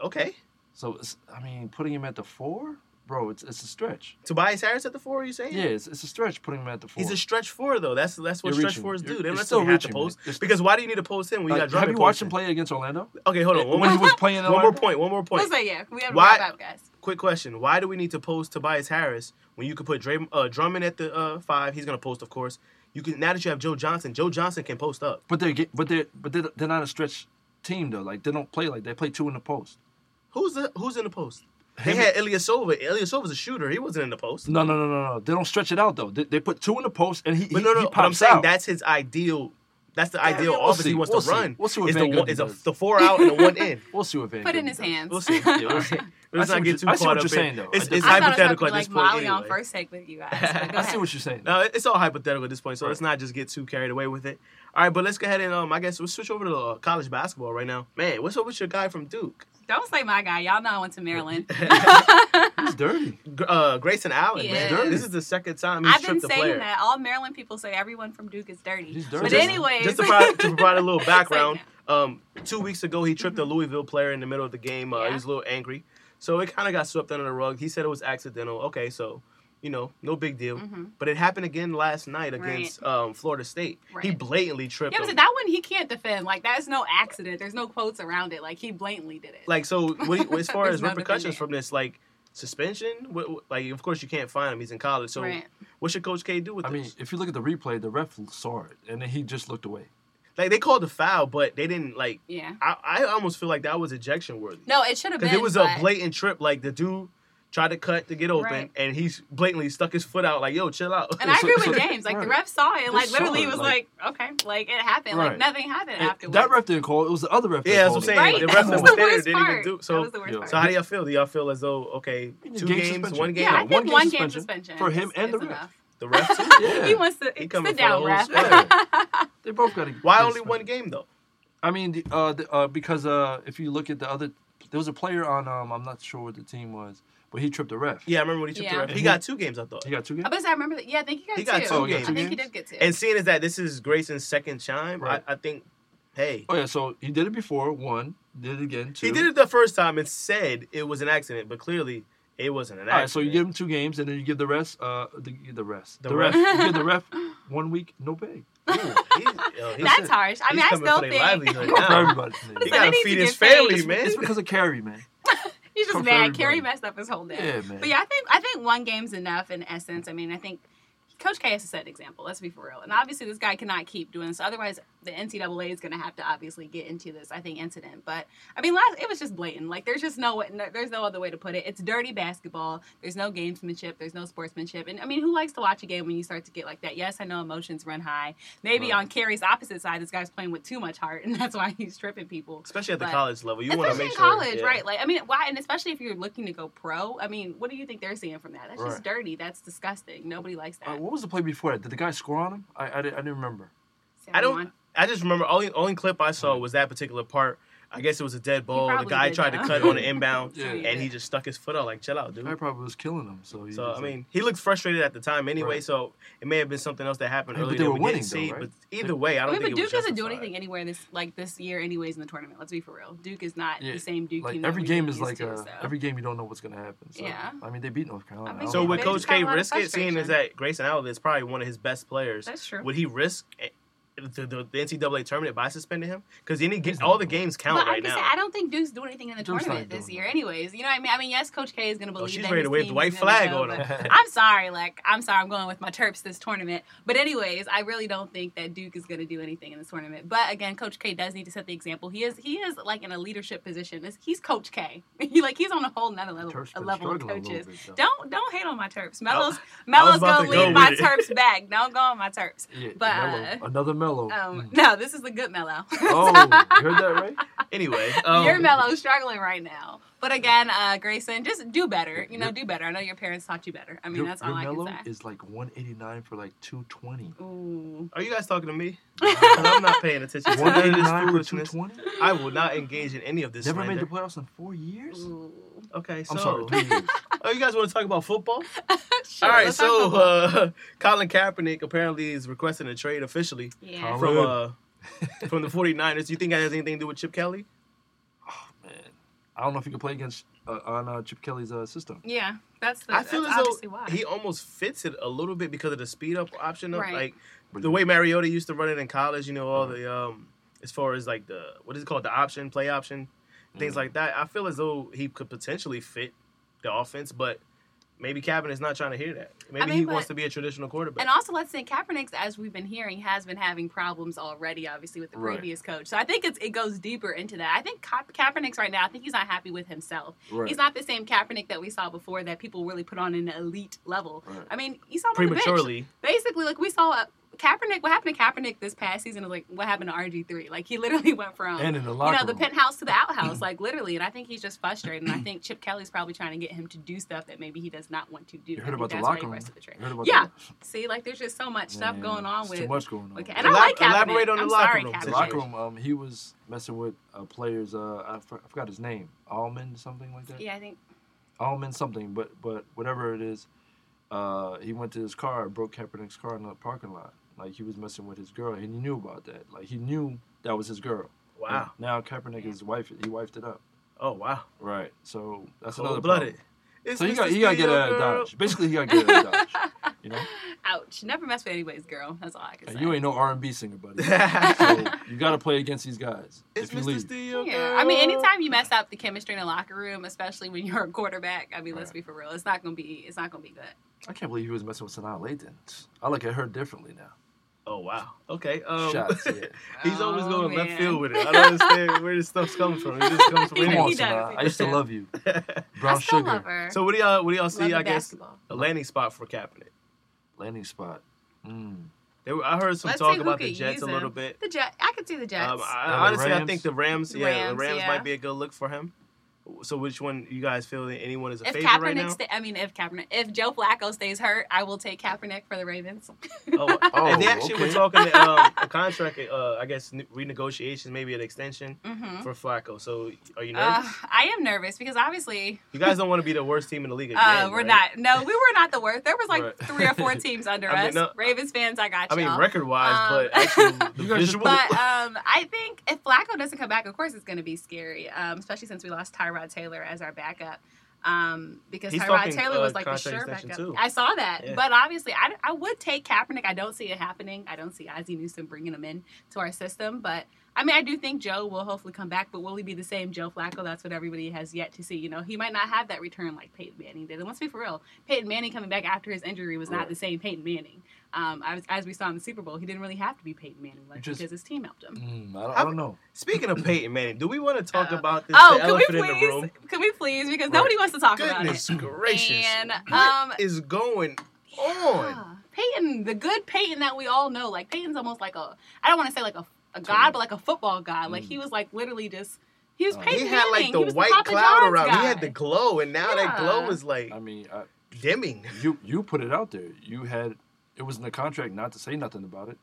[SPEAKER 1] okay.
[SPEAKER 5] So it's, I mean, putting him at the four, bro, it's it's a stretch.
[SPEAKER 1] Tobias Harris at the four, are you saying?
[SPEAKER 5] Yeah, it's, it's a stretch putting him at the four.
[SPEAKER 1] He's a stretch four though. That's that's what
[SPEAKER 5] You're
[SPEAKER 1] stretch
[SPEAKER 5] reaching.
[SPEAKER 1] fours do.
[SPEAKER 5] You're-
[SPEAKER 1] They
[SPEAKER 5] you're
[SPEAKER 1] don't
[SPEAKER 5] still
[SPEAKER 1] necessarily have to
[SPEAKER 5] reaching, man.
[SPEAKER 1] post
[SPEAKER 5] You're-
[SPEAKER 1] because why do you need to post him when you
[SPEAKER 5] Like,
[SPEAKER 1] got
[SPEAKER 5] have
[SPEAKER 1] Drummond?
[SPEAKER 5] you watched him
[SPEAKER 1] posting?
[SPEAKER 5] play against Orlando?
[SPEAKER 1] Okay, hold on. One
[SPEAKER 5] when he
[SPEAKER 1] more,
[SPEAKER 5] was playing in
[SPEAKER 1] one more
[SPEAKER 5] Orlando?
[SPEAKER 1] point. One more point.
[SPEAKER 4] Let's say yeah. We have to
[SPEAKER 1] Why-
[SPEAKER 4] wrap up, guys.
[SPEAKER 1] Quick question: Why do we need to post Tobias Harris when you could put Dray, uh, Drummond at the uh, five? He's gonna post, of course. You can now that you have Joe Johnson. Joe Johnson can post up.
[SPEAKER 5] But they're get, but they're but they're, they're not a stretch team though. Like they don't play like they play two in the post.
[SPEAKER 1] Who's the Who's in the post? They
[SPEAKER 5] Him-
[SPEAKER 1] had Ilyasova. Ilyasova's a shooter. He wasn't in the post.
[SPEAKER 5] No, no, no, no, no. They don't stretch it out though. They, they put two in the post and he
[SPEAKER 1] But
[SPEAKER 5] he,
[SPEAKER 1] no, no.
[SPEAKER 5] he
[SPEAKER 1] but I'm
[SPEAKER 5] pops
[SPEAKER 1] saying
[SPEAKER 5] out.
[SPEAKER 1] that's his ideal. That's the ideal
[SPEAKER 5] we'll
[SPEAKER 1] offense
[SPEAKER 5] see.
[SPEAKER 1] he wants
[SPEAKER 5] We'll
[SPEAKER 1] to
[SPEAKER 5] see.
[SPEAKER 1] run.
[SPEAKER 5] We'll see what
[SPEAKER 1] is
[SPEAKER 5] Van
[SPEAKER 1] the,
[SPEAKER 5] Gundy
[SPEAKER 1] is a,
[SPEAKER 5] does.
[SPEAKER 1] the four out and the one in.
[SPEAKER 5] We'll see what Van
[SPEAKER 4] Put it in
[SPEAKER 5] Gundy
[SPEAKER 4] his
[SPEAKER 5] does.
[SPEAKER 4] hands.
[SPEAKER 1] We'll see.
[SPEAKER 5] Yeah, we'll see.
[SPEAKER 1] Let's not
[SPEAKER 5] I see what
[SPEAKER 1] get
[SPEAKER 5] you-
[SPEAKER 1] too
[SPEAKER 5] I see
[SPEAKER 1] caught
[SPEAKER 5] what
[SPEAKER 1] up
[SPEAKER 5] you're
[SPEAKER 1] in-
[SPEAKER 5] saying, though.
[SPEAKER 1] It's,
[SPEAKER 5] I
[SPEAKER 1] it's
[SPEAKER 5] do.
[SPEAKER 4] I thought it was
[SPEAKER 1] hypothetical
[SPEAKER 4] about
[SPEAKER 1] at
[SPEAKER 4] to
[SPEAKER 1] this
[SPEAKER 4] like
[SPEAKER 1] point.
[SPEAKER 4] Molly on
[SPEAKER 1] anyway.
[SPEAKER 4] first take with you guys. But go
[SPEAKER 5] I see
[SPEAKER 4] ahead.
[SPEAKER 5] what you're saying.
[SPEAKER 1] No, it- it's all hypothetical at this point, so let's not just get too carried away with it. All right, but let's go ahead and um, I guess we'll switch over to uh, college basketball right now. Man, what's up with your guy from Duke,
[SPEAKER 4] Don't say my guy. Y'all know I went to Maryland.
[SPEAKER 5] He's dirty.
[SPEAKER 1] Gr- uh, Grayson Allen?
[SPEAKER 4] Yeah.
[SPEAKER 1] Man, this is the second time he's
[SPEAKER 4] I've been
[SPEAKER 1] tripped a
[SPEAKER 4] saying
[SPEAKER 1] player.
[SPEAKER 4] that. All Maryland people say everyone from Duke is dirty.
[SPEAKER 5] He's dirty.
[SPEAKER 4] But
[SPEAKER 1] just,
[SPEAKER 4] anyways,
[SPEAKER 1] just to provide, to provide a little background,
[SPEAKER 4] Say
[SPEAKER 1] um, two weeks ago he tripped a Louisville player in the middle of the game. Uh, He
[SPEAKER 4] Yeah.
[SPEAKER 1] was a little angry, so it kind of got swept under the rug. He said it was accidental. Okay, so you know, no big deal.
[SPEAKER 4] Mm-hmm.
[SPEAKER 1] But it happened again last night against um, Florida State. He
[SPEAKER 4] Right.
[SPEAKER 1] blatantly tripped.
[SPEAKER 4] yeah, but
[SPEAKER 1] him.
[SPEAKER 4] that one he can't defend. Like that's no accident. There's no quotes around it. Like he blatantly did it.
[SPEAKER 1] Like so, what do you- as far
[SPEAKER 4] There's
[SPEAKER 1] as
[SPEAKER 4] no
[SPEAKER 1] repercussions
[SPEAKER 4] defending.
[SPEAKER 1] from this, like suspension, what, what- like of course you can't find him. He's in college, so
[SPEAKER 4] Right.
[SPEAKER 1] what should Coach K do with
[SPEAKER 5] I mean,
[SPEAKER 1] this?
[SPEAKER 5] if you look at the replay, the ref saw it and then he just looked away.
[SPEAKER 1] Like they called the foul, but they didn't like.
[SPEAKER 4] Yeah.
[SPEAKER 1] I, I almost feel like that was ejection worthy
[SPEAKER 4] No, it should have been.
[SPEAKER 1] because it was a
[SPEAKER 4] but-
[SPEAKER 1] blatant trip. Like the dude tried to cut to get open,
[SPEAKER 4] Right.
[SPEAKER 1] and he's blatantly stuck his foot out. Like yo, chill out.
[SPEAKER 4] And I
[SPEAKER 5] So-
[SPEAKER 4] agree
[SPEAKER 5] so-
[SPEAKER 4] with James. Like the
[SPEAKER 5] right.
[SPEAKER 4] ref saw it. Like
[SPEAKER 5] saw
[SPEAKER 4] literally,
[SPEAKER 5] it,
[SPEAKER 4] was
[SPEAKER 5] like-
[SPEAKER 4] like, okay, like it happened.
[SPEAKER 5] Right.
[SPEAKER 4] Like nothing happened
[SPEAKER 5] And
[SPEAKER 4] afterwards.
[SPEAKER 5] that ref didn't call it. It was the other ref. that
[SPEAKER 1] yeah, that's what
[SPEAKER 5] called
[SPEAKER 1] I'm saying.
[SPEAKER 5] it.
[SPEAKER 4] Right,
[SPEAKER 1] The
[SPEAKER 4] that
[SPEAKER 1] ref
[SPEAKER 4] was
[SPEAKER 1] that was
[SPEAKER 4] the
[SPEAKER 1] there
[SPEAKER 4] worst
[SPEAKER 1] didn't even
[SPEAKER 4] part.
[SPEAKER 1] do.
[SPEAKER 4] That
[SPEAKER 1] So
[SPEAKER 4] was the worst
[SPEAKER 5] Yeah.
[SPEAKER 4] part.
[SPEAKER 1] so how do y'all feel? Do y'all feel as though okay,
[SPEAKER 5] Just
[SPEAKER 1] two
[SPEAKER 5] game
[SPEAKER 1] games,
[SPEAKER 5] suspension.
[SPEAKER 1] one game,
[SPEAKER 4] yeah, I
[SPEAKER 5] no,
[SPEAKER 4] think
[SPEAKER 5] one
[SPEAKER 4] one
[SPEAKER 5] game
[SPEAKER 4] game, suspension
[SPEAKER 5] suspension for him
[SPEAKER 4] is-
[SPEAKER 5] and the
[SPEAKER 4] is
[SPEAKER 5] ref.
[SPEAKER 4] enough.
[SPEAKER 1] the ref too.
[SPEAKER 5] Yeah.
[SPEAKER 4] He wants to
[SPEAKER 1] He coming for
[SPEAKER 4] sit
[SPEAKER 1] the
[SPEAKER 4] down,
[SPEAKER 1] whole
[SPEAKER 4] ref.
[SPEAKER 1] squad.
[SPEAKER 5] They both got. a-
[SPEAKER 1] Why only one game though?
[SPEAKER 5] I mean, the, uh, the, uh, because uh, if you look at the other, there was a player on. Um, I'm not sure what the team was, but he tripped the ref.
[SPEAKER 1] Yeah, I remember when he took the
[SPEAKER 4] Yeah.
[SPEAKER 1] ref. He got two games, I thought.
[SPEAKER 5] He got two games.
[SPEAKER 4] I bet I remember that. Yeah, I think he got
[SPEAKER 1] He
[SPEAKER 4] two.
[SPEAKER 1] got two
[SPEAKER 4] I
[SPEAKER 1] games.
[SPEAKER 4] think he did get two.
[SPEAKER 1] And seeing as that this is Grayson's second chime,
[SPEAKER 5] Right.
[SPEAKER 1] I, I think, hey,
[SPEAKER 5] Oh yeah, so he did it before. One did it again. Two.
[SPEAKER 1] he did it the first time and said it was an accident, but clearly it wasn't an accident.
[SPEAKER 5] All right, so you give him two games, and then you give the rest. Uh, the, the rest.
[SPEAKER 1] The
[SPEAKER 5] The, ref. you give the ref one week, no pay.
[SPEAKER 1] Ooh, he's- yo, he's-
[SPEAKER 4] That's harsh. I
[SPEAKER 1] he's
[SPEAKER 4] mean, I
[SPEAKER 1] coming
[SPEAKER 4] still
[SPEAKER 1] for their livelihood
[SPEAKER 4] think
[SPEAKER 5] For
[SPEAKER 1] now.
[SPEAKER 5] everybody.
[SPEAKER 1] He
[SPEAKER 4] So
[SPEAKER 1] gotta
[SPEAKER 4] they need to
[SPEAKER 1] feed
[SPEAKER 4] get
[SPEAKER 1] his family,
[SPEAKER 4] paid.
[SPEAKER 1] man.
[SPEAKER 5] It's because of Carrie, man.
[SPEAKER 4] he's
[SPEAKER 5] come
[SPEAKER 4] just
[SPEAKER 5] for
[SPEAKER 4] mad.
[SPEAKER 5] everybody.
[SPEAKER 4] Carrie messed up his whole day.
[SPEAKER 5] Yeah, man.
[SPEAKER 4] But yeah, I think I think one game's enough in essence. I mean, I think Coach K has to set an example. Let's be for real. And obviously, this guy cannot keep doing this. Otherwise, the NCAA is going to have to obviously get into this. I think incident. But I mean, last it was just blatant. Like there's just no, way- no there's no other way to put it. It's dirty basketball. There's no gamesmanship. There's no sportsmanship. And I mean, who likes to watch a game when you start to get like that? Yes, I know emotions run high. Maybe
[SPEAKER 5] Right.
[SPEAKER 4] on Carrie's opposite side, this guy's playing with too much heart, and that's why he's tripping people
[SPEAKER 1] Especially at the
[SPEAKER 4] But-
[SPEAKER 1] college level, you want to
[SPEAKER 4] especially
[SPEAKER 1] make
[SPEAKER 4] in
[SPEAKER 1] sure.
[SPEAKER 4] college,
[SPEAKER 1] yeah.
[SPEAKER 4] right? Like, I mean, why? And especially if you're looking to go pro, I mean, what do you think they're seeing from that? That's
[SPEAKER 5] Right.
[SPEAKER 4] just dirty. That's disgusting. Nobody likes that.
[SPEAKER 5] Uh, what was the play before that? Did the guy score on him? I I, di- I didn't remember.
[SPEAKER 1] I don't-
[SPEAKER 4] Someone-
[SPEAKER 1] I just remember only only clip I saw was that particular part. I guess it was a dead ball. The
[SPEAKER 4] probably
[SPEAKER 1] guy
[SPEAKER 4] did
[SPEAKER 1] tried to
[SPEAKER 4] know.
[SPEAKER 1] cut on the inbound,
[SPEAKER 5] Yeah.
[SPEAKER 1] and he just stuck his foot out. Like, chill out,
[SPEAKER 5] The
[SPEAKER 1] dude.
[SPEAKER 5] guy probably was killing him. So he
[SPEAKER 1] So
[SPEAKER 5] was
[SPEAKER 1] I
[SPEAKER 5] like-
[SPEAKER 1] mean, he looked frustrated at the time anyway.
[SPEAKER 5] Right.
[SPEAKER 1] So it may have been something else that happened
[SPEAKER 5] Hey, but
[SPEAKER 1] earlier
[SPEAKER 5] they
[SPEAKER 1] that
[SPEAKER 5] were
[SPEAKER 1] we
[SPEAKER 5] winning,
[SPEAKER 1] didn't
[SPEAKER 5] though,
[SPEAKER 1] see.
[SPEAKER 5] right?
[SPEAKER 1] But either way, I don't
[SPEAKER 4] Wait,
[SPEAKER 1] think
[SPEAKER 4] but
[SPEAKER 1] it was
[SPEAKER 4] Duke doesn't do
[SPEAKER 1] justified.
[SPEAKER 4] anything anywhere this like this year, anyways, in the tournament. Let's be for real. Duke is not
[SPEAKER 5] Yeah,
[SPEAKER 4] the same Duke
[SPEAKER 5] like
[SPEAKER 4] team.
[SPEAKER 5] every
[SPEAKER 4] that
[SPEAKER 5] game
[SPEAKER 4] we
[SPEAKER 5] is like
[SPEAKER 4] to,
[SPEAKER 5] a,
[SPEAKER 4] so.
[SPEAKER 5] every game you don't know what's gonna happen. So,
[SPEAKER 4] Yeah.
[SPEAKER 5] I mean, they beat North Carolina.
[SPEAKER 4] I
[SPEAKER 5] I
[SPEAKER 4] think
[SPEAKER 1] So
[SPEAKER 5] don't
[SPEAKER 1] would
[SPEAKER 5] know.
[SPEAKER 4] They
[SPEAKER 1] Coach
[SPEAKER 4] just got
[SPEAKER 1] K
[SPEAKER 4] a lot of
[SPEAKER 1] risk it, seeing as
[SPEAKER 4] frustration.
[SPEAKER 1] that Grayson Allen is probably one of his best players?
[SPEAKER 4] That's true.
[SPEAKER 1] Would he risk eh, the, the, the NCAA tournament by suspending him? Because any
[SPEAKER 5] He's
[SPEAKER 1] get,
[SPEAKER 5] not
[SPEAKER 1] all the
[SPEAKER 5] doing
[SPEAKER 1] games count
[SPEAKER 4] But I'm
[SPEAKER 1] right
[SPEAKER 4] just
[SPEAKER 1] now.
[SPEAKER 4] saying, I don't think Duke's doing anything in the
[SPEAKER 5] Duke's not
[SPEAKER 4] tournament
[SPEAKER 5] doing
[SPEAKER 4] this year,
[SPEAKER 5] that.
[SPEAKER 4] anyways. You know what I mean? I mean, yes, Coach K is going to believe.
[SPEAKER 1] Oh, she's
[SPEAKER 4] that
[SPEAKER 1] ready
[SPEAKER 4] his
[SPEAKER 1] to wave the
[SPEAKER 4] team's
[SPEAKER 1] white
[SPEAKER 4] gonna
[SPEAKER 1] flag
[SPEAKER 4] go,
[SPEAKER 1] on
[SPEAKER 4] but-
[SPEAKER 1] him.
[SPEAKER 4] I'm sorry, like I'm sorry, I'm going with my Terps this tournament. But anyways, I really don't think that Duke is going to do anything in this tournament. But again, Coach K does need to set the example. He is he is like in a leadership position. This- he's Coach K. He like he's on a whole nother level,
[SPEAKER 5] Terps
[SPEAKER 4] a
[SPEAKER 5] been
[SPEAKER 4] level of
[SPEAKER 5] struggling a little
[SPEAKER 4] coaches.
[SPEAKER 5] bit, though.
[SPEAKER 4] don't don't hate on my Terps. Mello's
[SPEAKER 1] was
[SPEAKER 4] Mello's
[SPEAKER 1] about
[SPEAKER 4] gonna
[SPEAKER 1] to go
[SPEAKER 4] lead my
[SPEAKER 1] with it.
[SPEAKER 4] Terps back. Don't go on my Terps.
[SPEAKER 5] Yeah,
[SPEAKER 4] but,
[SPEAKER 5] mellow. another
[SPEAKER 4] Um,
[SPEAKER 5] mellow. Mm.
[SPEAKER 4] no, this is the good Mellow.
[SPEAKER 5] oh, you heard that right?
[SPEAKER 1] anyway,
[SPEAKER 5] Oh.
[SPEAKER 1] um,
[SPEAKER 4] Your Mello's struggling right now. But again, uh, Grayson, just do better. You know,
[SPEAKER 5] Your-
[SPEAKER 4] do better. I know your parents taught you better. I mean,
[SPEAKER 5] your,
[SPEAKER 4] that's
[SPEAKER 5] your
[SPEAKER 4] all I
[SPEAKER 5] mellow
[SPEAKER 4] can say.
[SPEAKER 5] is like 189 for like 220.
[SPEAKER 4] Ooh.
[SPEAKER 1] Are you guys talking to me? 'Cause I'm not paying attention to none of this
[SPEAKER 5] 189 for
[SPEAKER 1] foolishness.
[SPEAKER 5] 220.
[SPEAKER 1] I will not engage in any of this.
[SPEAKER 5] Never made the
[SPEAKER 1] slander.
[SPEAKER 5] playoffs in four years.
[SPEAKER 4] Ooh.
[SPEAKER 1] Okay, so
[SPEAKER 5] I'm sorry, two years.
[SPEAKER 1] oh, you guys want to talk about football?
[SPEAKER 4] Sure,
[SPEAKER 1] All right,
[SPEAKER 4] let's talk
[SPEAKER 1] so
[SPEAKER 4] football.
[SPEAKER 1] uh, Colin Kaepernick apparently is requesting a trade officially
[SPEAKER 4] yeah.
[SPEAKER 1] from
[SPEAKER 5] Rude.
[SPEAKER 1] uh, from the 49ers. Do you think that has anything to do with Chip Kelly?
[SPEAKER 5] Man, I don't know if you can play against uh, on uh, Chip Kelly's uh, system.
[SPEAKER 4] yeah, that's the
[SPEAKER 1] I feel
[SPEAKER 4] that's
[SPEAKER 1] as
[SPEAKER 4] obviously
[SPEAKER 1] though
[SPEAKER 4] why.
[SPEAKER 1] he almost fits it a little bit because of the speed up option of
[SPEAKER 4] Right.
[SPEAKER 1] like
[SPEAKER 5] But
[SPEAKER 1] the
[SPEAKER 5] you-
[SPEAKER 1] way Mariota used to run it in college. You know all the um as far as like the what is it called the option play option things like that. I feel as though he could potentially fit the offense, but maybe Cabinet's not trying to hear that. Maybe
[SPEAKER 4] mean,
[SPEAKER 1] he
[SPEAKER 4] but-
[SPEAKER 1] wants to be a traditional quarterback.
[SPEAKER 4] and also, let's say Kaepernick, as we've been hearing, has been having problems already, obviously, with the
[SPEAKER 5] Right.
[SPEAKER 4] previous coach. So I think it's, it goes deeper into that. I think Ka- Kaepernick's right now, I think he's not happy with himself.
[SPEAKER 5] Right.
[SPEAKER 4] He's not the same Kaepernick that we saw before that people really put on an elite level.
[SPEAKER 5] Right.
[SPEAKER 4] I mean, you saw him on the bench.
[SPEAKER 1] Prematurely,
[SPEAKER 4] basically, like we saw uh, Kaepernick. What happened to Kaepernick this past season is like what happened to RG three. Like he literally went from
[SPEAKER 5] and in the
[SPEAKER 4] you
[SPEAKER 5] locker
[SPEAKER 4] know the
[SPEAKER 5] room.
[SPEAKER 4] penthouse to the outhouse, like literally. And I think he's just frustrated. And I think Chip Kelly's probably trying to get him to do stuff that maybe he does not want to do.
[SPEAKER 5] you
[SPEAKER 4] I
[SPEAKER 5] heard
[SPEAKER 4] think
[SPEAKER 5] about the
[SPEAKER 4] that's why he
[SPEAKER 5] locker room.
[SPEAKER 4] pressed the trade.
[SPEAKER 5] You heard about
[SPEAKER 4] Yeah.
[SPEAKER 5] the,
[SPEAKER 4] See, like there's just so much stuff
[SPEAKER 5] Man,
[SPEAKER 4] going on
[SPEAKER 5] it's
[SPEAKER 4] with.
[SPEAKER 5] Too much going on.
[SPEAKER 4] Okay, and I
[SPEAKER 1] Elab-
[SPEAKER 4] like Kaepernick.
[SPEAKER 1] elaborate on the
[SPEAKER 4] I'm
[SPEAKER 1] locker
[SPEAKER 4] sorry,
[SPEAKER 1] room
[SPEAKER 5] the
[SPEAKER 4] Kaepernick.
[SPEAKER 1] situation.
[SPEAKER 5] locker room, um, he was messing with a player's. Uh, I, for, I forgot his name. Almond something like that.
[SPEAKER 4] Yeah, I think
[SPEAKER 5] Almond something, but but whatever it is, uh, he went to his car and broke Kaepernick's car in the parking lot. Like he was messing with his girl, and he knew about that. Like he knew that was his girl. And
[SPEAKER 1] wow,
[SPEAKER 5] now Kaepernick is wife. He wifed it up.
[SPEAKER 1] oh wow,
[SPEAKER 5] Right. So that's another
[SPEAKER 1] cold
[SPEAKER 5] problem.
[SPEAKER 1] blooded. It's
[SPEAKER 5] So he
[SPEAKER 1] Mr.
[SPEAKER 5] got he got to get
[SPEAKER 1] Studio
[SPEAKER 5] out of
[SPEAKER 1] E Girl.
[SPEAKER 5] dodge. Basically, he got to get out of dodge. You know,
[SPEAKER 4] ouch. Never mess with anybody's girl. That's all I can
[SPEAKER 5] And
[SPEAKER 4] say.
[SPEAKER 5] you ain't no R and B singer, buddy. so you got to play against these guys.
[SPEAKER 1] It's
[SPEAKER 5] if you
[SPEAKER 1] Mr.
[SPEAKER 5] leave.
[SPEAKER 1] Studio
[SPEAKER 4] Yeah,
[SPEAKER 1] Girl.
[SPEAKER 4] I mean, anytime you mess up the chemistry in the locker room, especially when you're a quarterback, I mean, let's
[SPEAKER 5] Right.
[SPEAKER 4] be for real. It's not gonna be. It's not gonna be good.
[SPEAKER 5] I can't believe he was messing with Sanaa Lathan. I look at her differently now.
[SPEAKER 1] Oh wow. Okay. Um,
[SPEAKER 5] shots. Yeah.
[SPEAKER 1] He's always
[SPEAKER 4] Oh,
[SPEAKER 1] going left
[SPEAKER 4] man.
[SPEAKER 1] field with it. I don't understand where this stuff's coming from. It just comes from
[SPEAKER 4] He
[SPEAKER 5] Come on,
[SPEAKER 1] anywhere.
[SPEAKER 4] does,
[SPEAKER 5] Sanaa.
[SPEAKER 4] he
[SPEAKER 5] I used to
[SPEAKER 4] does.
[SPEAKER 5] love you.
[SPEAKER 4] I
[SPEAKER 5] Brown
[SPEAKER 4] still
[SPEAKER 5] sugar.
[SPEAKER 4] love her.
[SPEAKER 1] So what do y'all what do y'all see?
[SPEAKER 4] Love the
[SPEAKER 1] I guess
[SPEAKER 4] basketball.
[SPEAKER 1] a landing spot for Kaepernick.
[SPEAKER 5] Landing spot. Mm.
[SPEAKER 1] They were, I heard some
[SPEAKER 4] Let's
[SPEAKER 1] talk
[SPEAKER 4] see who
[SPEAKER 1] about the
[SPEAKER 4] could
[SPEAKER 1] Jets
[SPEAKER 4] use
[SPEAKER 1] a
[SPEAKER 4] him.
[SPEAKER 1] little bit.
[SPEAKER 4] The Jet. I could see the Jets.
[SPEAKER 1] Um,
[SPEAKER 5] the
[SPEAKER 1] I, honestly, I
[SPEAKER 5] Rams?
[SPEAKER 1] think the Rams, yeah, the
[SPEAKER 4] Rams,
[SPEAKER 1] Rams
[SPEAKER 4] yeah.
[SPEAKER 1] might be a good look for him. So, which one you guys feel that anyone is a
[SPEAKER 4] if
[SPEAKER 1] favorite
[SPEAKER 4] Kaepernick,
[SPEAKER 1] right now?
[SPEAKER 4] sta- I mean, if Kaepernick, if Joe Flacco stays hurt, I will take Kaepernick for the Ravens.
[SPEAKER 1] oh,
[SPEAKER 5] Oh,
[SPEAKER 1] and they actually were
[SPEAKER 5] okay.
[SPEAKER 1] talking um, a contract, uh, I guess ne- renegotiations, maybe an extension
[SPEAKER 4] hmm
[SPEAKER 1] for Flacco. So, are you
[SPEAKER 4] Uh,
[SPEAKER 1] nervous?
[SPEAKER 4] I am nervous because obviously
[SPEAKER 1] you guys don't want to be the worst team in the league again.
[SPEAKER 4] uh, we're
[SPEAKER 1] right?
[SPEAKER 4] not. No, we were not the worst. There was like
[SPEAKER 5] Right.
[SPEAKER 4] three or four teams under
[SPEAKER 1] I mean,
[SPEAKER 4] us.
[SPEAKER 1] no-
[SPEAKER 4] Ravens fans, I got
[SPEAKER 1] I
[SPEAKER 4] you.
[SPEAKER 1] mean, record wise,
[SPEAKER 4] Um,
[SPEAKER 1] but actually,
[SPEAKER 5] You
[SPEAKER 1] the
[SPEAKER 5] guys just
[SPEAKER 1] visual.
[SPEAKER 4] But um, I think if Flacco doesn't come back, of course it's going to be scary, um, especially since we lost Tyrod Taylor as our backup. Um, because
[SPEAKER 1] He's
[SPEAKER 4] Tyrod
[SPEAKER 1] talking,
[SPEAKER 4] Taylor
[SPEAKER 1] uh,
[SPEAKER 4] was like the
[SPEAKER 1] contract
[SPEAKER 4] sure
[SPEAKER 1] extension,
[SPEAKER 4] backup.
[SPEAKER 1] too.
[SPEAKER 4] I saw that,
[SPEAKER 1] Yeah.
[SPEAKER 4] but obviously I, I would take Kaepernick. I don't see it happening. I don't see Ozzie Newsom bringing him in to our system, but. I mean, I do think Joe will hopefully come back, but will he be the same Joe Flacco? That's what everybody has yet to see. You know, he might not have that return like Peyton Manning did. And let's be for real, Peyton Manning coming back after his injury was
[SPEAKER 5] Right.
[SPEAKER 4] not the same Peyton Manning. Um, as, as we saw in the Super Bowl, he didn't really have to be Peyton Manning like,
[SPEAKER 5] Just-
[SPEAKER 4] because his team helped
[SPEAKER 1] Mm-hmm.
[SPEAKER 4] him.
[SPEAKER 5] Mm, I, don't, I
[SPEAKER 1] How-
[SPEAKER 5] don't know.
[SPEAKER 1] Speaking of Peyton Manning, do we want to talk
[SPEAKER 4] Uh,
[SPEAKER 1] about this?
[SPEAKER 4] Oh,
[SPEAKER 1] the
[SPEAKER 4] can we
[SPEAKER 1] elephant in the
[SPEAKER 4] please?
[SPEAKER 1] room.
[SPEAKER 4] Can we please? Because nobody wants to talk about it.
[SPEAKER 1] Goodness gracious!
[SPEAKER 4] And, um,
[SPEAKER 1] what is going on?
[SPEAKER 4] Ah, Peyton, the good Peyton that we all know, like Peyton's almost like a I don't want to say like a, a god, but like a football god. Like he was like literally just he was
[SPEAKER 5] Oh.
[SPEAKER 4] Peyton.
[SPEAKER 1] Mm. he had like
[SPEAKER 4] Manning.
[SPEAKER 1] the
[SPEAKER 4] He was
[SPEAKER 1] white
[SPEAKER 4] Papa
[SPEAKER 1] cloud
[SPEAKER 4] John's
[SPEAKER 1] around.
[SPEAKER 4] Guy.
[SPEAKER 1] He had the glow, and now that glow
[SPEAKER 4] Yeah.
[SPEAKER 1] is like
[SPEAKER 5] I mean, I,
[SPEAKER 1] dimming.
[SPEAKER 5] you you put it out there. You had it was in the contract not to say nothing about it,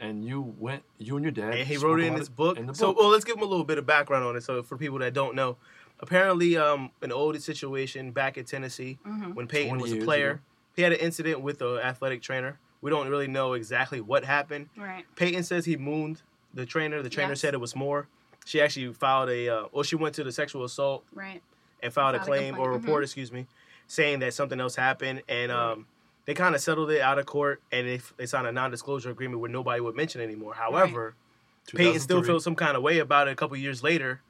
[SPEAKER 5] and you went. You and your dad.
[SPEAKER 1] And he
[SPEAKER 5] spoke
[SPEAKER 1] wrote it in
[SPEAKER 5] about
[SPEAKER 1] his book.
[SPEAKER 5] In the
[SPEAKER 1] So,
[SPEAKER 5] book.
[SPEAKER 1] well, let's give him a little bit of background on it. So, for people that don't know, apparently, um, an older situation back in Tennessee
[SPEAKER 4] Mhm.
[SPEAKER 1] when Peyton
[SPEAKER 5] 20
[SPEAKER 1] was a
[SPEAKER 5] years
[SPEAKER 1] player,
[SPEAKER 5] ago.
[SPEAKER 1] he had an incident with an athletic trainer. We don't really know exactly what happened.
[SPEAKER 4] right.
[SPEAKER 1] Peyton says he mooned the trainer. The trainer
[SPEAKER 4] Yes.
[SPEAKER 1] said it was more. She actually filed a, uh, well, she went to the sexual assault
[SPEAKER 4] Right.
[SPEAKER 1] and filed a
[SPEAKER 4] Filed a
[SPEAKER 1] claim or
[SPEAKER 4] complaint,
[SPEAKER 1] report, excuse me, saying that something else happened. And um, they kind of settled it out of court and they, they signed a non disclosure agreement where nobody would mention it anymore. However, Peyton still
[SPEAKER 5] 2003.
[SPEAKER 1] felt some kind of way about it a couple years later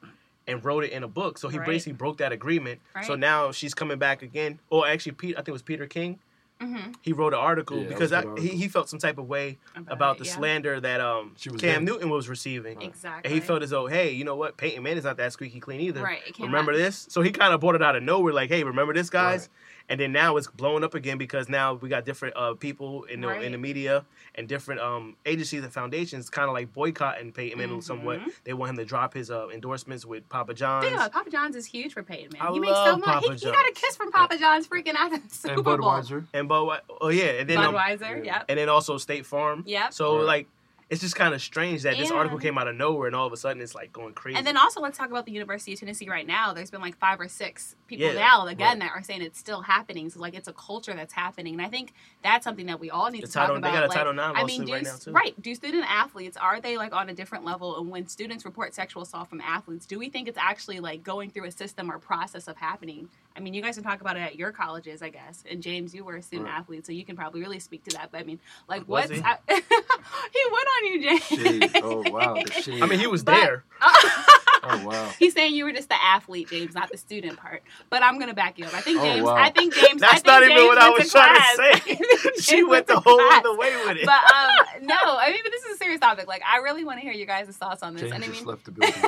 [SPEAKER 1] and wrote it in a book. So he
[SPEAKER 4] Right.
[SPEAKER 1] basically broke that agreement. So
[SPEAKER 4] Right.
[SPEAKER 1] now she's coming back again. Or actually, Pete, I think it was Peter King.
[SPEAKER 4] Mhm.
[SPEAKER 1] He wrote an article
[SPEAKER 5] Yeah, that
[SPEAKER 1] because
[SPEAKER 5] was
[SPEAKER 1] I,
[SPEAKER 5] that
[SPEAKER 1] He,
[SPEAKER 5] article.
[SPEAKER 1] he felt some type of way
[SPEAKER 4] About
[SPEAKER 1] about
[SPEAKER 4] it,
[SPEAKER 1] the
[SPEAKER 4] yeah.
[SPEAKER 1] slander that um,
[SPEAKER 5] She was
[SPEAKER 1] Cam
[SPEAKER 5] there.
[SPEAKER 1] Newton was receiving.
[SPEAKER 4] Exactly.
[SPEAKER 1] And he felt as though, hey, you know what? Peyton Manning's not that squeaky clean either.
[SPEAKER 4] Right, it came
[SPEAKER 1] Remember
[SPEAKER 4] out.
[SPEAKER 1] this? So he kind of brought it out of nowhere, like, hey, remember this, guys?
[SPEAKER 5] Right.
[SPEAKER 1] And then now it's blowing up again because now we got different uh, people in the in
[SPEAKER 4] Right.
[SPEAKER 1] the media and different um, agencies and foundations kind of like boycotting Peyton Manning
[SPEAKER 4] Mm-hmm.
[SPEAKER 1] somewhat. They want him to drop his uh, endorsements with Papa John's.
[SPEAKER 4] Think about it, Papa John's is huge for Peyton, man.
[SPEAKER 1] I
[SPEAKER 4] he makes so
[SPEAKER 1] love
[SPEAKER 4] much.
[SPEAKER 1] Papa
[SPEAKER 4] he, he got a
[SPEAKER 1] John's.
[SPEAKER 4] kiss from Papa John's freaking out of the Super
[SPEAKER 5] and
[SPEAKER 4] Bowl.
[SPEAKER 5] Budweiser.
[SPEAKER 1] And but oh yeah, and then um,
[SPEAKER 4] Budweiser,
[SPEAKER 5] Yeah.
[SPEAKER 4] yep.
[SPEAKER 1] and then also State Farm.
[SPEAKER 4] Yep.
[SPEAKER 1] So
[SPEAKER 5] Right.
[SPEAKER 1] like, it's just kind of strange that this article
[SPEAKER 4] And-
[SPEAKER 1] came out of nowhere and all of a sudden it's like going crazy.
[SPEAKER 4] And then also, let's talk about the University of Tennessee right now. There's been like five or six people
[SPEAKER 1] Yeah,
[SPEAKER 4] now, again, that are saying it's still happening. So like, it's a culture that's happening, and I think that's something that we all need
[SPEAKER 1] The
[SPEAKER 4] to
[SPEAKER 1] Title-
[SPEAKER 4] talk
[SPEAKER 1] they
[SPEAKER 4] about.
[SPEAKER 1] got a
[SPEAKER 4] like,
[SPEAKER 1] Title IX
[SPEAKER 4] I mean,
[SPEAKER 1] lawsuit
[SPEAKER 4] do
[SPEAKER 1] right now,
[SPEAKER 4] s-
[SPEAKER 1] too.
[SPEAKER 4] right? Do student athletes are they like on a different level? And when students report sexual assault from athletes, do we think it's actually like going through a system or process of happening? I mean, you guys can talk about it at your colleges, I guess. And James, you were a student
[SPEAKER 5] Right.
[SPEAKER 4] athlete, so you can probably really speak to that. But I mean, like,
[SPEAKER 1] Was
[SPEAKER 4] what's
[SPEAKER 1] he?
[SPEAKER 4] I- he went on you, James?
[SPEAKER 5] Shade. Oh wow. The shade.
[SPEAKER 1] I mean, he was
[SPEAKER 4] But-
[SPEAKER 1] there.
[SPEAKER 5] Oh wow.
[SPEAKER 4] He's saying you were just the athlete, James, not the student part. But I'm gonna back you up. I think
[SPEAKER 5] Oh,
[SPEAKER 4] James.
[SPEAKER 5] wow.
[SPEAKER 4] I think James. I
[SPEAKER 1] That's
[SPEAKER 4] think
[SPEAKER 1] not even
[SPEAKER 4] James
[SPEAKER 1] what I
[SPEAKER 4] went
[SPEAKER 1] was trying
[SPEAKER 4] class. I
[SPEAKER 1] to say.
[SPEAKER 4] think
[SPEAKER 1] she
[SPEAKER 4] James
[SPEAKER 1] went the
[SPEAKER 4] to
[SPEAKER 1] whole
[SPEAKER 4] class.
[SPEAKER 1] other way with it.
[SPEAKER 4] But um, no, I mean, but this is a serious topic. Like, I really want to hear your guys' thoughts on this.
[SPEAKER 5] James
[SPEAKER 4] and I
[SPEAKER 5] just
[SPEAKER 4] mean,
[SPEAKER 5] left the building.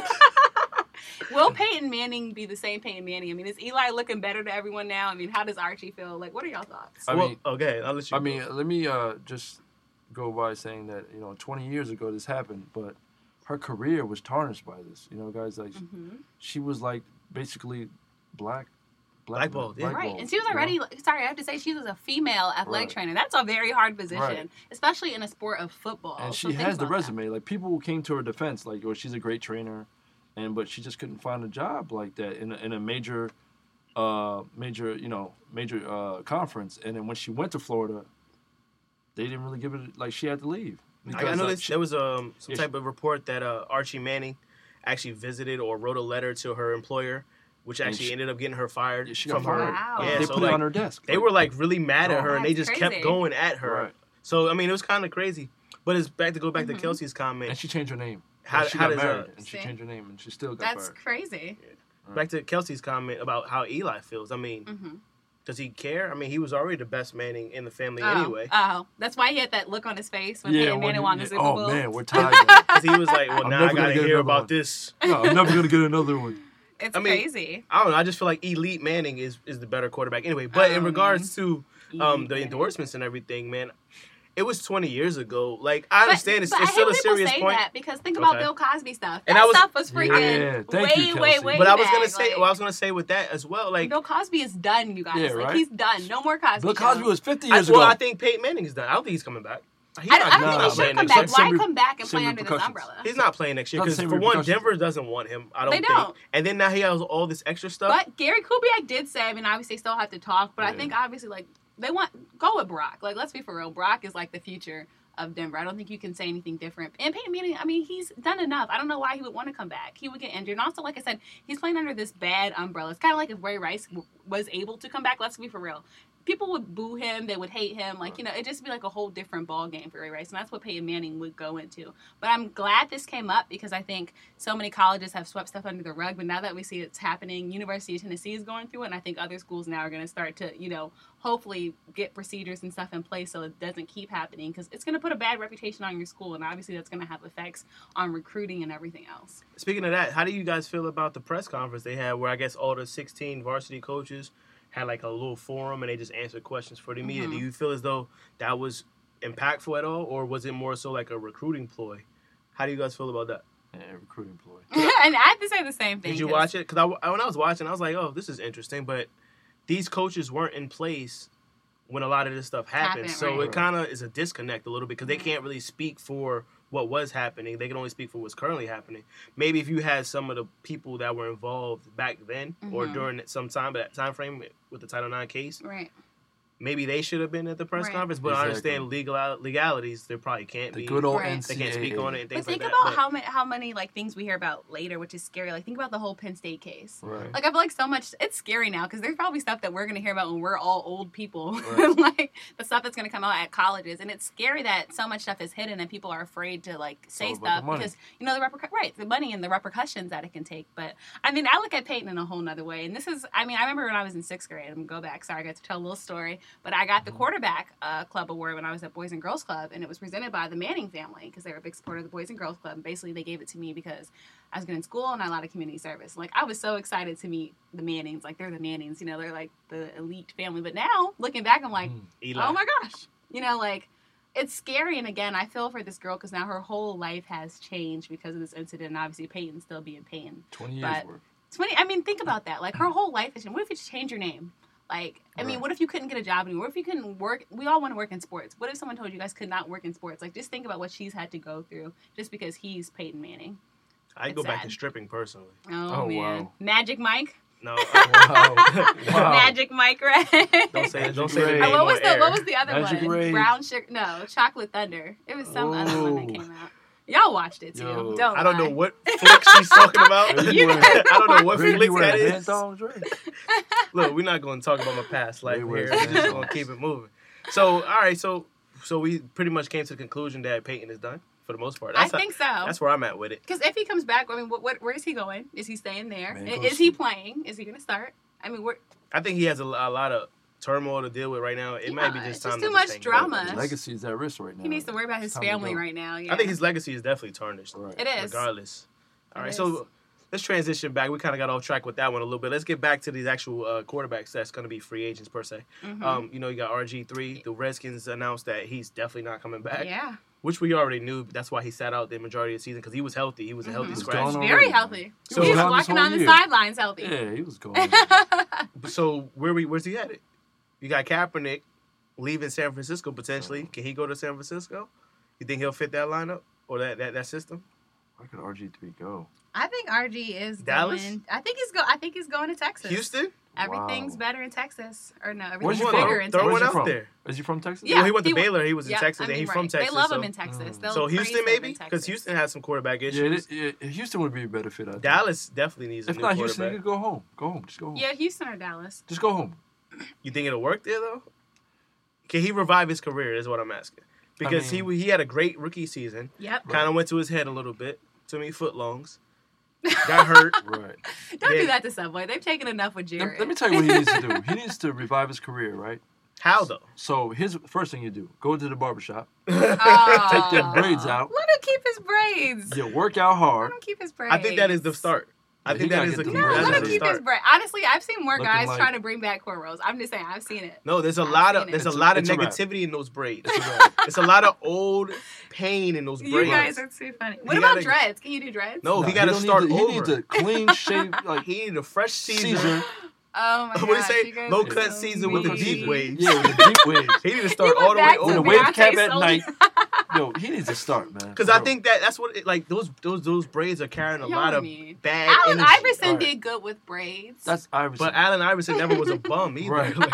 [SPEAKER 4] will Peyton Manning be the same Peyton Manning? I mean, is Eli looking better to everyone now? I mean, how does Archie feel? Like, what are y'all thoughts?
[SPEAKER 5] I
[SPEAKER 1] well,
[SPEAKER 5] mean-
[SPEAKER 1] okay, I'll let you.
[SPEAKER 5] I
[SPEAKER 1] go.
[SPEAKER 5] mean, let me uh, just go by saying that you know, 20 years ago this happened, but her career was tarnished by this. You know, guys, like
[SPEAKER 1] Mm.
[SPEAKER 4] hmm
[SPEAKER 5] she was like basically black,
[SPEAKER 1] Blackballed, yeah.
[SPEAKER 4] Right,
[SPEAKER 5] blackballed,
[SPEAKER 4] and she was
[SPEAKER 5] you know?
[SPEAKER 4] already sorry. I have to say she was a female athletic
[SPEAKER 5] Right.
[SPEAKER 4] trainer. That's a very hard position,
[SPEAKER 5] Right.
[SPEAKER 4] especially in a sport of football.
[SPEAKER 5] and
[SPEAKER 4] So
[SPEAKER 5] she
[SPEAKER 4] think
[SPEAKER 5] has the
[SPEAKER 4] about that.
[SPEAKER 5] resume. Like people came to her defense, like, "Oh, she's a great trainer," and but she just couldn't find a job like that in a, in a major, uh, major, you know, major uh, conference. And then when she went to Florida, they didn't really give it. Like she had to leave.
[SPEAKER 1] I, I know
[SPEAKER 5] like,
[SPEAKER 1] this,
[SPEAKER 5] she-
[SPEAKER 1] there was um, some
[SPEAKER 5] uh, Yeah,
[SPEAKER 1] type of report that uh, Archie Manning actually visited or wrote a letter to her employer, which
[SPEAKER 5] And
[SPEAKER 1] actually
[SPEAKER 5] she-
[SPEAKER 1] ended up getting her fired
[SPEAKER 5] Yeah, she got
[SPEAKER 1] from
[SPEAKER 5] fired.
[SPEAKER 1] her.
[SPEAKER 4] Wow. Oh,
[SPEAKER 1] Yeah,
[SPEAKER 5] they
[SPEAKER 1] so
[SPEAKER 5] put
[SPEAKER 1] like,
[SPEAKER 5] it on her desk.
[SPEAKER 1] They were like really mad at her, and they
[SPEAKER 4] That's
[SPEAKER 1] just kept
[SPEAKER 4] crazy.
[SPEAKER 1] going at her.
[SPEAKER 5] Right.
[SPEAKER 1] So I mean, it was kind of crazy. But it's back to go back
[SPEAKER 4] Mm-hmm.
[SPEAKER 1] to Kelsey's comment.
[SPEAKER 5] and she changed her name.
[SPEAKER 1] How-
[SPEAKER 5] Like, she
[SPEAKER 1] how
[SPEAKER 5] got
[SPEAKER 1] does
[SPEAKER 5] married
[SPEAKER 1] that-
[SPEAKER 5] and she
[SPEAKER 4] See?
[SPEAKER 5] changed her name and she still got
[SPEAKER 4] That's
[SPEAKER 5] fired.
[SPEAKER 4] crazy.
[SPEAKER 1] back to Kelsey's comment about how Eli feels. I mean,
[SPEAKER 4] hmm
[SPEAKER 1] Does he care? I mean, he was already the best Manning in the family
[SPEAKER 4] Oh,
[SPEAKER 1] anyway.
[SPEAKER 4] Oh, that's why he had that look on his face when Peyton
[SPEAKER 5] when
[SPEAKER 4] Manning
[SPEAKER 5] you-
[SPEAKER 4] won the
[SPEAKER 5] yeah,
[SPEAKER 4] Super
[SPEAKER 5] oh
[SPEAKER 4] Bowl.
[SPEAKER 5] man, we're tied. now.
[SPEAKER 1] Because he was like, well,
[SPEAKER 5] I'm
[SPEAKER 1] now
[SPEAKER 5] never
[SPEAKER 1] I
[SPEAKER 5] gonna
[SPEAKER 1] gotta
[SPEAKER 5] get
[SPEAKER 1] hear
[SPEAKER 5] another
[SPEAKER 1] about
[SPEAKER 5] one.
[SPEAKER 1] this.
[SPEAKER 5] no, I'm never gonna get another one.
[SPEAKER 4] It's
[SPEAKER 1] I mean,
[SPEAKER 4] crazy.
[SPEAKER 1] I don't know. I just feel like elite Manning is, is the better quarterback anyway. But in
[SPEAKER 4] Um,
[SPEAKER 1] regards to um,
[SPEAKER 4] Elite
[SPEAKER 1] the
[SPEAKER 4] Manning.
[SPEAKER 1] endorsements and everything, man, it was 20 years ago. Like, I
[SPEAKER 4] But-
[SPEAKER 1] understand it's,
[SPEAKER 4] but I
[SPEAKER 1] it's
[SPEAKER 4] hate
[SPEAKER 1] still a
[SPEAKER 4] people
[SPEAKER 1] serious
[SPEAKER 4] say
[SPEAKER 1] point.
[SPEAKER 4] that because think about
[SPEAKER 1] Okay.
[SPEAKER 4] Bill Cosby stuff.
[SPEAKER 1] And
[SPEAKER 4] that
[SPEAKER 1] I was-
[SPEAKER 4] stuff was freaking
[SPEAKER 5] Yeah, thank
[SPEAKER 4] way,
[SPEAKER 5] you,
[SPEAKER 4] way,
[SPEAKER 5] Kelsey.
[SPEAKER 4] way.
[SPEAKER 1] But I was gonna
[SPEAKER 4] back,
[SPEAKER 1] say,
[SPEAKER 4] like,
[SPEAKER 1] well, I was gonna say with that as well. Like,
[SPEAKER 4] Bill Cosby is done, you guys.
[SPEAKER 5] Yeah,
[SPEAKER 4] Like
[SPEAKER 5] right?
[SPEAKER 4] he's done. No more Cosby.
[SPEAKER 5] Bill
[SPEAKER 4] show.
[SPEAKER 5] Cosby was 50
[SPEAKER 1] I,
[SPEAKER 5] years
[SPEAKER 1] well,
[SPEAKER 5] ago.
[SPEAKER 1] I think Peyton Manning is done. I don't think he's coming back. He's
[SPEAKER 4] I don't, I
[SPEAKER 1] not
[SPEAKER 4] don't
[SPEAKER 5] Nah,
[SPEAKER 1] playing
[SPEAKER 4] think he
[SPEAKER 5] but-
[SPEAKER 4] should
[SPEAKER 1] next
[SPEAKER 4] come back.
[SPEAKER 5] Same
[SPEAKER 4] Why
[SPEAKER 5] re-
[SPEAKER 4] come back and play
[SPEAKER 5] same
[SPEAKER 4] under this
[SPEAKER 5] repercussions.
[SPEAKER 4] umbrella?
[SPEAKER 1] He's not playing next year
[SPEAKER 5] Not the
[SPEAKER 1] because
[SPEAKER 5] same
[SPEAKER 1] for one,
[SPEAKER 5] repercussions.
[SPEAKER 1] Denver doesn't want him. I don't
[SPEAKER 4] They
[SPEAKER 1] think.
[SPEAKER 4] don't.
[SPEAKER 1] And then now he has all this extra stuff.
[SPEAKER 4] But Gary Kubiak did say, I mean, obviously still have to talk, but I
[SPEAKER 5] Yeah.
[SPEAKER 4] think obviously like they want go with Brock. Like let's be for real, Brock is like the future of Denver. I don't think you can say anything different. And Peyton Manning, I mean, he's done enough. I don't know why he would want to come back. He would get injured. And also, like I said, he's playing under this bad umbrella. It's kind of like if Ray Rice w- was able to come back. Let's be for real. People would boo him. They would hate him. Like you know, it'd just be like a whole different ball game for Ray Rice, and that's what Peyton Manning would go into. But I'm glad this came up because I think so many colleges have swept stuff under the rug, but now that we see it's happening, University of Tennessee is going through it, and I think other schools now are going to start to, you know, hopefully get procedures and stuff in place so it doesn't keep happening because it's going to put a bad reputation on your school, and obviously that's going to have effects on recruiting and everything else.
[SPEAKER 1] Speaking of that, how do you guys feel about the press conference they had where I guess all the 16 varsity coaches had like a little forum and they just answered questions for the media?
[SPEAKER 4] Mhm.
[SPEAKER 1] Do you feel as though that was impactful at all, or was it more so like a recruiting ploy? How do you guys feel about that?
[SPEAKER 5] Yeah, recruiting ploy.
[SPEAKER 4] and I have to say the same thing.
[SPEAKER 1] Did you
[SPEAKER 4] 'cause-
[SPEAKER 1] watch it? Because I, when I was watching, I was like, oh, this is interesting, but these coaches weren't in place when a lot of this stuff happened.
[SPEAKER 4] Happened,
[SPEAKER 1] so
[SPEAKER 4] right.
[SPEAKER 1] it kind of is a disconnect a little bit because they can't really speak for what was happening. They can only speak for what's currently happening. Maybe if you had some of the people that were involved back then or
[SPEAKER 4] Mhm.
[SPEAKER 1] during some time, that time frame with the Title IX case,
[SPEAKER 4] Right.
[SPEAKER 1] maybe they should have been at the press
[SPEAKER 4] Right.
[SPEAKER 1] conference. But I
[SPEAKER 5] Exactly.
[SPEAKER 1] understand legal legalities, there probably can't
[SPEAKER 5] The
[SPEAKER 1] be.
[SPEAKER 5] good old
[SPEAKER 4] Right.
[SPEAKER 5] NCAA.
[SPEAKER 1] they can't speak on it and
[SPEAKER 4] But
[SPEAKER 1] things
[SPEAKER 4] think
[SPEAKER 1] like
[SPEAKER 4] about
[SPEAKER 1] that.
[SPEAKER 4] how, many, how many, like, things we hear about later, which is scary. Like, think about the whole Penn State case.
[SPEAKER 5] Right.
[SPEAKER 4] Like I feel like so much. It's scary now because there's probably stuff that we're gonna hear about when we're all old people,
[SPEAKER 5] Right.
[SPEAKER 4] like the stuff that's gonna come out at colleges, and it's scary that so much stuff is hidden and people are afraid to like say
[SPEAKER 5] all about the
[SPEAKER 4] stuff
[SPEAKER 5] money.
[SPEAKER 4] because you know the repercu- right the money and the repercussions that it can take. But I mean, I look at Peyton in a whole nother way, and this is I mean I remember when I was in sixth grade. I'm gonna go back. Sorry, I got to tell a little story, but I
[SPEAKER 5] Mm-hmm.
[SPEAKER 4] got the quarterback uh, club award when I was at Boys and Girls Club, and it was presented by the Manning family because they were a big supporter of the Boys and Girls Club. And basically, they gave it to me because I was good in school and I had a lot of community service. Like I was so excited to meet the Mannings. Like they're the Mannings, you know, they're like the elite family. But now looking back, I'm like,
[SPEAKER 5] Mm.
[SPEAKER 1] Eli.
[SPEAKER 4] oh my gosh, you know, like it's scary. And again, I feel for this girl because now her whole life has changed because of this incident. And obviously, Peyton still being Peyton.
[SPEAKER 5] 20 years
[SPEAKER 4] But-
[SPEAKER 5] worth.
[SPEAKER 4] Twenty. I mean, think about that. Like her whole life is. What if you just change your name? Like, I mean,
[SPEAKER 5] Right.
[SPEAKER 4] what if you couldn't get a job anymore? What if you couldn't work? We all want to work in sports. What if someone told you guys could not work in sports? Like, just think about what she's had to go through just because he's Peyton Manning.
[SPEAKER 1] I'd go
[SPEAKER 4] it's
[SPEAKER 1] back
[SPEAKER 4] sad.
[SPEAKER 1] to stripping personally.
[SPEAKER 4] Oh,
[SPEAKER 5] Oh,
[SPEAKER 4] man.
[SPEAKER 5] wow.
[SPEAKER 4] Magic Mike.
[SPEAKER 1] No. I-
[SPEAKER 5] Wow. Wow.
[SPEAKER 4] Magic Mike Red.
[SPEAKER 1] Don't say it. Don't say
[SPEAKER 5] Magic
[SPEAKER 1] the
[SPEAKER 5] Ray.
[SPEAKER 1] name
[SPEAKER 4] Oh, what
[SPEAKER 1] on
[SPEAKER 4] was the
[SPEAKER 1] air.
[SPEAKER 4] what was the other
[SPEAKER 5] Magic
[SPEAKER 4] one?
[SPEAKER 5] Ray.
[SPEAKER 4] Brown sugar no, chocolate thunder. It was some other one that
[SPEAKER 5] Oh.
[SPEAKER 4] came out. Y'all watched it too.
[SPEAKER 5] Yo.
[SPEAKER 4] Don't
[SPEAKER 1] I don't know
[SPEAKER 4] lie.
[SPEAKER 1] what flick she's talking about.
[SPEAKER 5] You guys
[SPEAKER 1] I don't know what
[SPEAKER 5] Really
[SPEAKER 1] flick that
[SPEAKER 5] wearing
[SPEAKER 1] is.
[SPEAKER 5] pants, Andre?
[SPEAKER 1] Look, we're not going to talk about my past life
[SPEAKER 5] They
[SPEAKER 1] here.
[SPEAKER 5] wear
[SPEAKER 1] We're just
[SPEAKER 5] pants.
[SPEAKER 1] going to keep it moving. So, all right, so so we pretty much came to the conclusion that Peyton is done for the most part.
[SPEAKER 4] I
[SPEAKER 1] That's
[SPEAKER 4] think
[SPEAKER 1] how,
[SPEAKER 4] so.
[SPEAKER 1] that's where I'm at with it.
[SPEAKER 4] Because if he comes back, I mean, what, what where is he going? Is he staying there?
[SPEAKER 5] Man,
[SPEAKER 4] I-
[SPEAKER 5] go
[SPEAKER 4] is he
[SPEAKER 5] see.
[SPEAKER 4] playing? Is he going to start? I mean, we're,
[SPEAKER 1] I think he has a, a lot of turmoil to deal with right now. It might be
[SPEAKER 4] Yeah, it's
[SPEAKER 1] just
[SPEAKER 4] just
[SPEAKER 1] time
[SPEAKER 4] too
[SPEAKER 1] to
[SPEAKER 4] much
[SPEAKER 1] just hang it
[SPEAKER 4] drama.
[SPEAKER 1] up.
[SPEAKER 5] His legacy is at risk right
[SPEAKER 1] Uh,
[SPEAKER 5] now.
[SPEAKER 4] he needs to worry about his
[SPEAKER 5] It's time to
[SPEAKER 4] family
[SPEAKER 5] go.
[SPEAKER 4] right now. Yeah,
[SPEAKER 1] I think his legacy is definitely tarnished.
[SPEAKER 5] Right.
[SPEAKER 4] it is.
[SPEAKER 1] regardless. All
[SPEAKER 4] It
[SPEAKER 1] right,
[SPEAKER 4] is.
[SPEAKER 1] so let's transition back. We kind of got off track with that one a little bit. Let's get back to these actual uh, quarterbacks that's going to be free agents per se.
[SPEAKER 4] Mhm.
[SPEAKER 1] Um, you know, you got RG three. The Redskins announced that he's definitely not coming back,
[SPEAKER 4] yeah,
[SPEAKER 1] which we already knew. That's why he sat out the majority of the season because he was healthy. He was a healthy
[SPEAKER 4] Mhm.
[SPEAKER 5] He's
[SPEAKER 1] scratch.
[SPEAKER 5] gone already,
[SPEAKER 4] very
[SPEAKER 5] man.
[SPEAKER 4] healthy.
[SPEAKER 5] He
[SPEAKER 1] So-
[SPEAKER 5] was
[SPEAKER 4] He's
[SPEAKER 5] gone this
[SPEAKER 4] walking
[SPEAKER 5] whole
[SPEAKER 4] on the
[SPEAKER 5] year.
[SPEAKER 4] sidelines healthy.
[SPEAKER 5] Yeah, he was gone.
[SPEAKER 1] So where we where's he at? You got Kaepernick leaving San Francisco potentially. Can he go to San Francisco? You think he'll fit that lineup or that that, that system?
[SPEAKER 5] Where could RG3 go?
[SPEAKER 4] I think RG is
[SPEAKER 1] Dallas?
[SPEAKER 4] Going, I think he's go. I think he's going to Texas.
[SPEAKER 1] Houston?
[SPEAKER 4] Everything's
[SPEAKER 5] Wow.
[SPEAKER 4] better in Texas, or no?
[SPEAKER 5] Where's
[SPEAKER 4] Everything's
[SPEAKER 5] he
[SPEAKER 1] you
[SPEAKER 4] bigger
[SPEAKER 1] from?
[SPEAKER 5] from?
[SPEAKER 4] in
[SPEAKER 1] Throw
[SPEAKER 4] Texas.
[SPEAKER 5] Where's
[SPEAKER 1] one
[SPEAKER 5] he
[SPEAKER 1] out
[SPEAKER 5] from?
[SPEAKER 1] there.
[SPEAKER 5] Is he from Texas?
[SPEAKER 4] Yeah,
[SPEAKER 1] well, he went to
[SPEAKER 4] he wa-
[SPEAKER 1] Baylor. He was in
[SPEAKER 4] Yep,
[SPEAKER 1] Texas,
[SPEAKER 4] I mean,
[SPEAKER 1] and he's
[SPEAKER 4] right.
[SPEAKER 1] from Texas.
[SPEAKER 4] They love
[SPEAKER 1] so.
[SPEAKER 4] him in Texas.
[SPEAKER 5] Mm.
[SPEAKER 4] They'll
[SPEAKER 1] So
[SPEAKER 4] praise
[SPEAKER 1] Houston,
[SPEAKER 4] him in
[SPEAKER 1] maybe
[SPEAKER 4] Texas.
[SPEAKER 1] because Houston has some quarterback issues.
[SPEAKER 5] Yeah, it is, yeah, Houston would be a better fit. I think.
[SPEAKER 1] Dallas definitely needs a
[SPEAKER 5] If
[SPEAKER 1] new
[SPEAKER 5] not
[SPEAKER 1] quarterback.
[SPEAKER 5] Houston, you could go home. Go home. Just go home.
[SPEAKER 4] Yeah, Houston or Dallas.
[SPEAKER 5] Just go home.
[SPEAKER 1] You think it'll work there though? Can he revive his career? Is what I'm asking. Because he
[SPEAKER 5] mean-
[SPEAKER 1] he had a great rookie season.
[SPEAKER 4] Yep.
[SPEAKER 5] Right.
[SPEAKER 1] Kind of went to his head a little bit. Too many footlongs. Got hurt.
[SPEAKER 5] Right.
[SPEAKER 4] Don't
[SPEAKER 1] Yeah.
[SPEAKER 4] do that to Subway. They've taken enough with
[SPEAKER 5] Let,
[SPEAKER 4] Jared.
[SPEAKER 5] let me tell you what he needs to do. He needs to revive his career, right?
[SPEAKER 1] How though?
[SPEAKER 5] So here's first thing you do: go to the barbershop,
[SPEAKER 4] Aw.
[SPEAKER 5] take their braids out.
[SPEAKER 4] Oh. Let him keep his braids.
[SPEAKER 5] you work out hard.
[SPEAKER 4] Let him keep his braids.
[SPEAKER 1] I think that is the start. I
[SPEAKER 5] Yeah,
[SPEAKER 1] think
[SPEAKER 5] he
[SPEAKER 1] that
[SPEAKER 5] gotta
[SPEAKER 1] is a
[SPEAKER 5] get
[SPEAKER 4] No,
[SPEAKER 5] the
[SPEAKER 1] that
[SPEAKER 5] braids
[SPEAKER 4] let
[SPEAKER 1] is
[SPEAKER 4] him
[SPEAKER 1] a
[SPEAKER 4] keep
[SPEAKER 1] start.
[SPEAKER 4] his braids. Honestly, I've seen more
[SPEAKER 5] Looking
[SPEAKER 4] guys
[SPEAKER 5] like-
[SPEAKER 4] trying to bring back cornrows. I'm just saying, I've seen it.
[SPEAKER 1] No, there's a
[SPEAKER 4] I've
[SPEAKER 1] lot
[SPEAKER 4] seen
[SPEAKER 1] of
[SPEAKER 4] it.
[SPEAKER 1] there's
[SPEAKER 5] It's
[SPEAKER 1] a
[SPEAKER 5] a-
[SPEAKER 1] lot of
[SPEAKER 5] it's a wrap.
[SPEAKER 1] negativity in those braids.
[SPEAKER 5] It's a wrap.
[SPEAKER 1] It's a lot of old pain in those
[SPEAKER 4] You
[SPEAKER 1] braids.
[SPEAKER 4] guys are too funny. What
[SPEAKER 1] He
[SPEAKER 4] about
[SPEAKER 1] gotta-
[SPEAKER 4] dreads? Can you do dreads?
[SPEAKER 1] no,
[SPEAKER 5] Nah,
[SPEAKER 1] he got to
[SPEAKER 5] don't need
[SPEAKER 1] start
[SPEAKER 5] to-
[SPEAKER 1] over.
[SPEAKER 5] He needs a clean shave, like
[SPEAKER 1] He needed a fresh season.
[SPEAKER 5] Caesar.
[SPEAKER 4] Oh my god.
[SPEAKER 1] What do you say? Low cut
[SPEAKER 4] so
[SPEAKER 1] season with the
[SPEAKER 5] Low-cut
[SPEAKER 1] deep
[SPEAKER 5] Caesar.
[SPEAKER 1] waves.
[SPEAKER 5] Yeah, with the deep waves.
[SPEAKER 1] He needed to start
[SPEAKER 4] went
[SPEAKER 1] all the way
[SPEAKER 4] back to
[SPEAKER 5] With a
[SPEAKER 1] over.
[SPEAKER 4] Beyonce
[SPEAKER 5] wave cap at
[SPEAKER 4] Soul.
[SPEAKER 5] night. Yo, he needs to start, man.
[SPEAKER 1] Because I think that that's what it, like those those those braids are carrying a
[SPEAKER 4] Y'all
[SPEAKER 1] lot of
[SPEAKER 4] mean.
[SPEAKER 1] bad
[SPEAKER 4] Allen
[SPEAKER 1] energy.
[SPEAKER 4] Iverson
[SPEAKER 5] Alright.
[SPEAKER 4] did good with braids.
[SPEAKER 5] that's Iverson.
[SPEAKER 1] But Allen Iverson never was a bum either.
[SPEAKER 5] Right.
[SPEAKER 1] Like,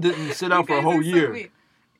[SPEAKER 5] didn't sit out
[SPEAKER 4] You
[SPEAKER 5] for a
[SPEAKER 4] guys
[SPEAKER 5] whole
[SPEAKER 4] are so
[SPEAKER 5] year.
[SPEAKER 4] weird.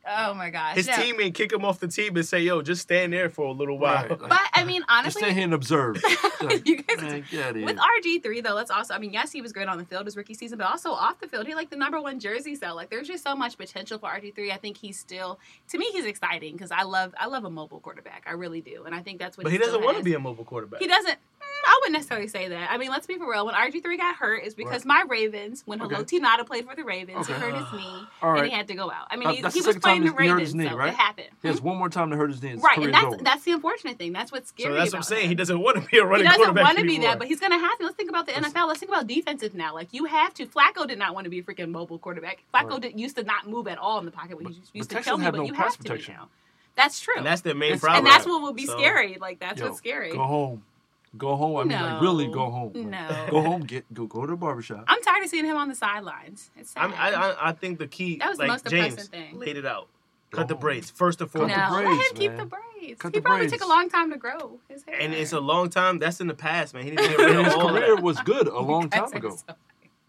[SPEAKER 4] Oh my gosh.
[SPEAKER 1] his
[SPEAKER 4] no.
[SPEAKER 1] teammate kick him off the team and say, "Yo, just stand there for a little while."
[SPEAKER 5] Right, like,
[SPEAKER 4] But I mean,
[SPEAKER 5] just stay
[SPEAKER 4] honestly,
[SPEAKER 5] here and observe. Like,
[SPEAKER 4] you guys
[SPEAKER 5] man, get outta
[SPEAKER 4] With
[SPEAKER 5] here.
[SPEAKER 4] RG3 though, let's also I mean, yes, he was great on the field his rookie season, but also off the field, he like the number one jersey sell. Like there's just so much potential for RG3. I think he's still to me he's exciting because I love I love a mobile quarterback. I really do. And I think that's what
[SPEAKER 1] But he doesn't
[SPEAKER 4] want
[SPEAKER 1] want to be a mobile quarterback.
[SPEAKER 4] He doesn't. mm, I wouldn't necessarily say that. I mean, let's be for real. When RG3 got hurt, is because my Ravens, when
[SPEAKER 5] Okay.
[SPEAKER 4] Hello Tinata played for the Ravens, he
[SPEAKER 5] Okay.
[SPEAKER 4] hurt his knee
[SPEAKER 5] All
[SPEAKER 4] and he
[SPEAKER 5] right.
[SPEAKER 4] had to go out. I mean,
[SPEAKER 5] Uh,
[SPEAKER 4] he,
[SPEAKER 5] that's
[SPEAKER 4] he
[SPEAKER 5] the
[SPEAKER 4] was
[SPEAKER 5] second
[SPEAKER 4] playing
[SPEAKER 5] time
[SPEAKER 4] the
[SPEAKER 5] he's hurt
[SPEAKER 4] Ravens,
[SPEAKER 5] his knee,
[SPEAKER 4] so
[SPEAKER 5] right?
[SPEAKER 4] it happened.
[SPEAKER 5] He has one more time to hurt his knee. His
[SPEAKER 4] Right,
[SPEAKER 5] career's
[SPEAKER 4] and that's
[SPEAKER 5] over.
[SPEAKER 4] that's the unfortunate thing. That's what's scary.
[SPEAKER 1] so that's what I'm
[SPEAKER 4] about
[SPEAKER 1] saying.
[SPEAKER 4] him
[SPEAKER 1] he doesn't want to be a running
[SPEAKER 4] he doesn't
[SPEAKER 1] quarterback
[SPEAKER 4] want to
[SPEAKER 1] anymore.
[SPEAKER 4] be that, but he's going to have to. Let's think about the NFL. Let's think about defensive now. Like you have to. Flacco did not want to be a freaking mobile quarterback. Flacco
[SPEAKER 5] Right.
[SPEAKER 4] did, used to not move at all in the pocket. But,
[SPEAKER 5] But-
[SPEAKER 4] he just used
[SPEAKER 5] but
[SPEAKER 4] to kill
[SPEAKER 5] Texans
[SPEAKER 4] me,
[SPEAKER 5] have
[SPEAKER 4] but
[SPEAKER 5] no
[SPEAKER 4] you
[SPEAKER 5] pass
[SPEAKER 4] have
[SPEAKER 5] protection.
[SPEAKER 4] to be now. That's true.
[SPEAKER 1] and that's their main
[SPEAKER 5] And
[SPEAKER 1] problem.
[SPEAKER 4] And that's what will be
[SPEAKER 1] So-
[SPEAKER 4] scary. Like that's
[SPEAKER 5] Yo,
[SPEAKER 4] what's scary.
[SPEAKER 5] Go home. Go home. I mean,
[SPEAKER 4] No.
[SPEAKER 5] like, really go home. Like,
[SPEAKER 4] No.
[SPEAKER 5] Go home. Get go go to a barbershop.
[SPEAKER 4] I'm tired of seeing him on the sidelines. It's sad.
[SPEAKER 1] I'm, I, I I think the key
[SPEAKER 4] That was the
[SPEAKER 1] like
[SPEAKER 4] most
[SPEAKER 1] James
[SPEAKER 4] depressing thing.
[SPEAKER 1] laid it out. Cut the
[SPEAKER 5] Go.
[SPEAKER 1] braids first and
[SPEAKER 5] Cut
[SPEAKER 4] no,
[SPEAKER 5] the
[SPEAKER 1] foremost.
[SPEAKER 4] let
[SPEAKER 5] braids,
[SPEAKER 4] him keep
[SPEAKER 5] man.
[SPEAKER 4] the braids.
[SPEAKER 5] Cut
[SPEAKER 4] he
[SPEAKER 5] the
[SPEAKER 4] probably
[SPEAKER 5] braids.
[SPEAKER 4] took a long time to grow his hair.
[SPEAKER 1] And it's a long time. That's in the past, man. He didn't get rid of
[SPEAKER 5] His
[SPEAKER 1] all
[SPEAKER 5] career
[SPEAKER 1] that.
[SPEAKER 5] was good a long
[SPEAKER 4] That's
[SPEAKER 5] time ago.
[SPEAKER 4] so-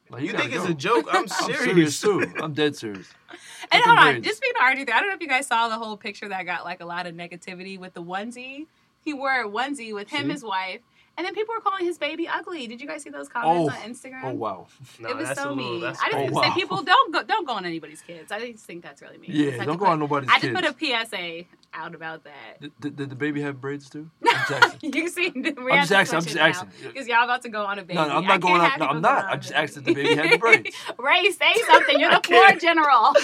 [SPEAKER 5] Like,
[SPEAKER 1] You
[SPEAKER 5] gotta
[SPEAKER 1] think it's
[SPEAKER 5] go.
[SPEAKER 1] a joke? I'm
[SPEAKER 5] I'm
[SPEAKER 1] serious.
[SPEAKER 5] serious too. I'm dead serious.
[SPEAKER 4] And
[SPEAKER 5] Cut the
[SPEAKER 4] hold on,
[SPEAKER 5] braids.
[SPEAKER 4] just being arty there. I don't know if you guys saw the whole picture that got like a lot of negativity with the onesie. He wore a onesie with him,
[SPEAKER 5] See?
[SPEAKER 4] his wife, and then people were calling his baby ugly. Did you guys see those comments
[SPEAKER 5] Oh.
[SPEAKER 4] on Instagram?
[SPEAKER 5] Oh wow.
[SPEAKER 1] No,
[SPEAKER 4] it was
[SPEAKER 1] that's a
[SPEAKER 4] so
[SPEAKER 1] little-
[SPEAKER 4] mean.
[SPEAKER 1] that's-
[SPEAKER 4] I just
[SPEAKER 5] Oh,
[SPEAKER 4] think
[SPEAKER 5] wow.
[SPEAKER 4] say people don't go, don't go on anybody's kids. I just think that's really mean. I just
[SPEAKER 5] Yeah.
[SPEAKER 4] had
[SPEAKER 5] Don't
[SPEAKER 4] to
[SPEAKER 5] go
[SPEAKER 4] put-
[SPEAKER 5] on nobody's
[SPEAKER 4] I just
[SPEAKER 5] kids.
[SPEAKER 4] put a PSA out about that.
[SPEAKER 5] Did, did- did the baby have braids too? I'm Jackson.
[SPEAKER 4] you see, we
[SPEAKER 5] I'm
[SPEAKER 4] have
[SPEAKER 5] just
[SPEAKER 4] to
[SPEAKER 5] asking. I'm
[SPEAKER 4] switch it
[SPEAKER 5] just
[SPEAKER 4] now,
[SPEAKER 5] asking.
[SPEAKER 4] Because y'all about to go on a baby.
[SPEAKER 5] No, no, I'm
[SPEAKER 4] I
[SPEAKER 5] not going
[SPEAKER 4] can't
[SPEAKER 5] on-
[SPEAKER 4] have
[SPEAKER 5] no,
[SPEAKER 4] people
[SPEAKER 5] I'm
[SPEAKER 4] go
[SPEAKER 5] not.
[SPEAKER 4] on
[SPEAKER 5] I
[SPEAKER 4] a
[SPEAKER 5] just
[SPEAKER 4] baby.
[SPEAKER 5] asked if the baby had the braids.
[SPEAKER 4] Ray, say something. You're the floor
[SPEAKER 1] can't.
[SPEAKER 4] general.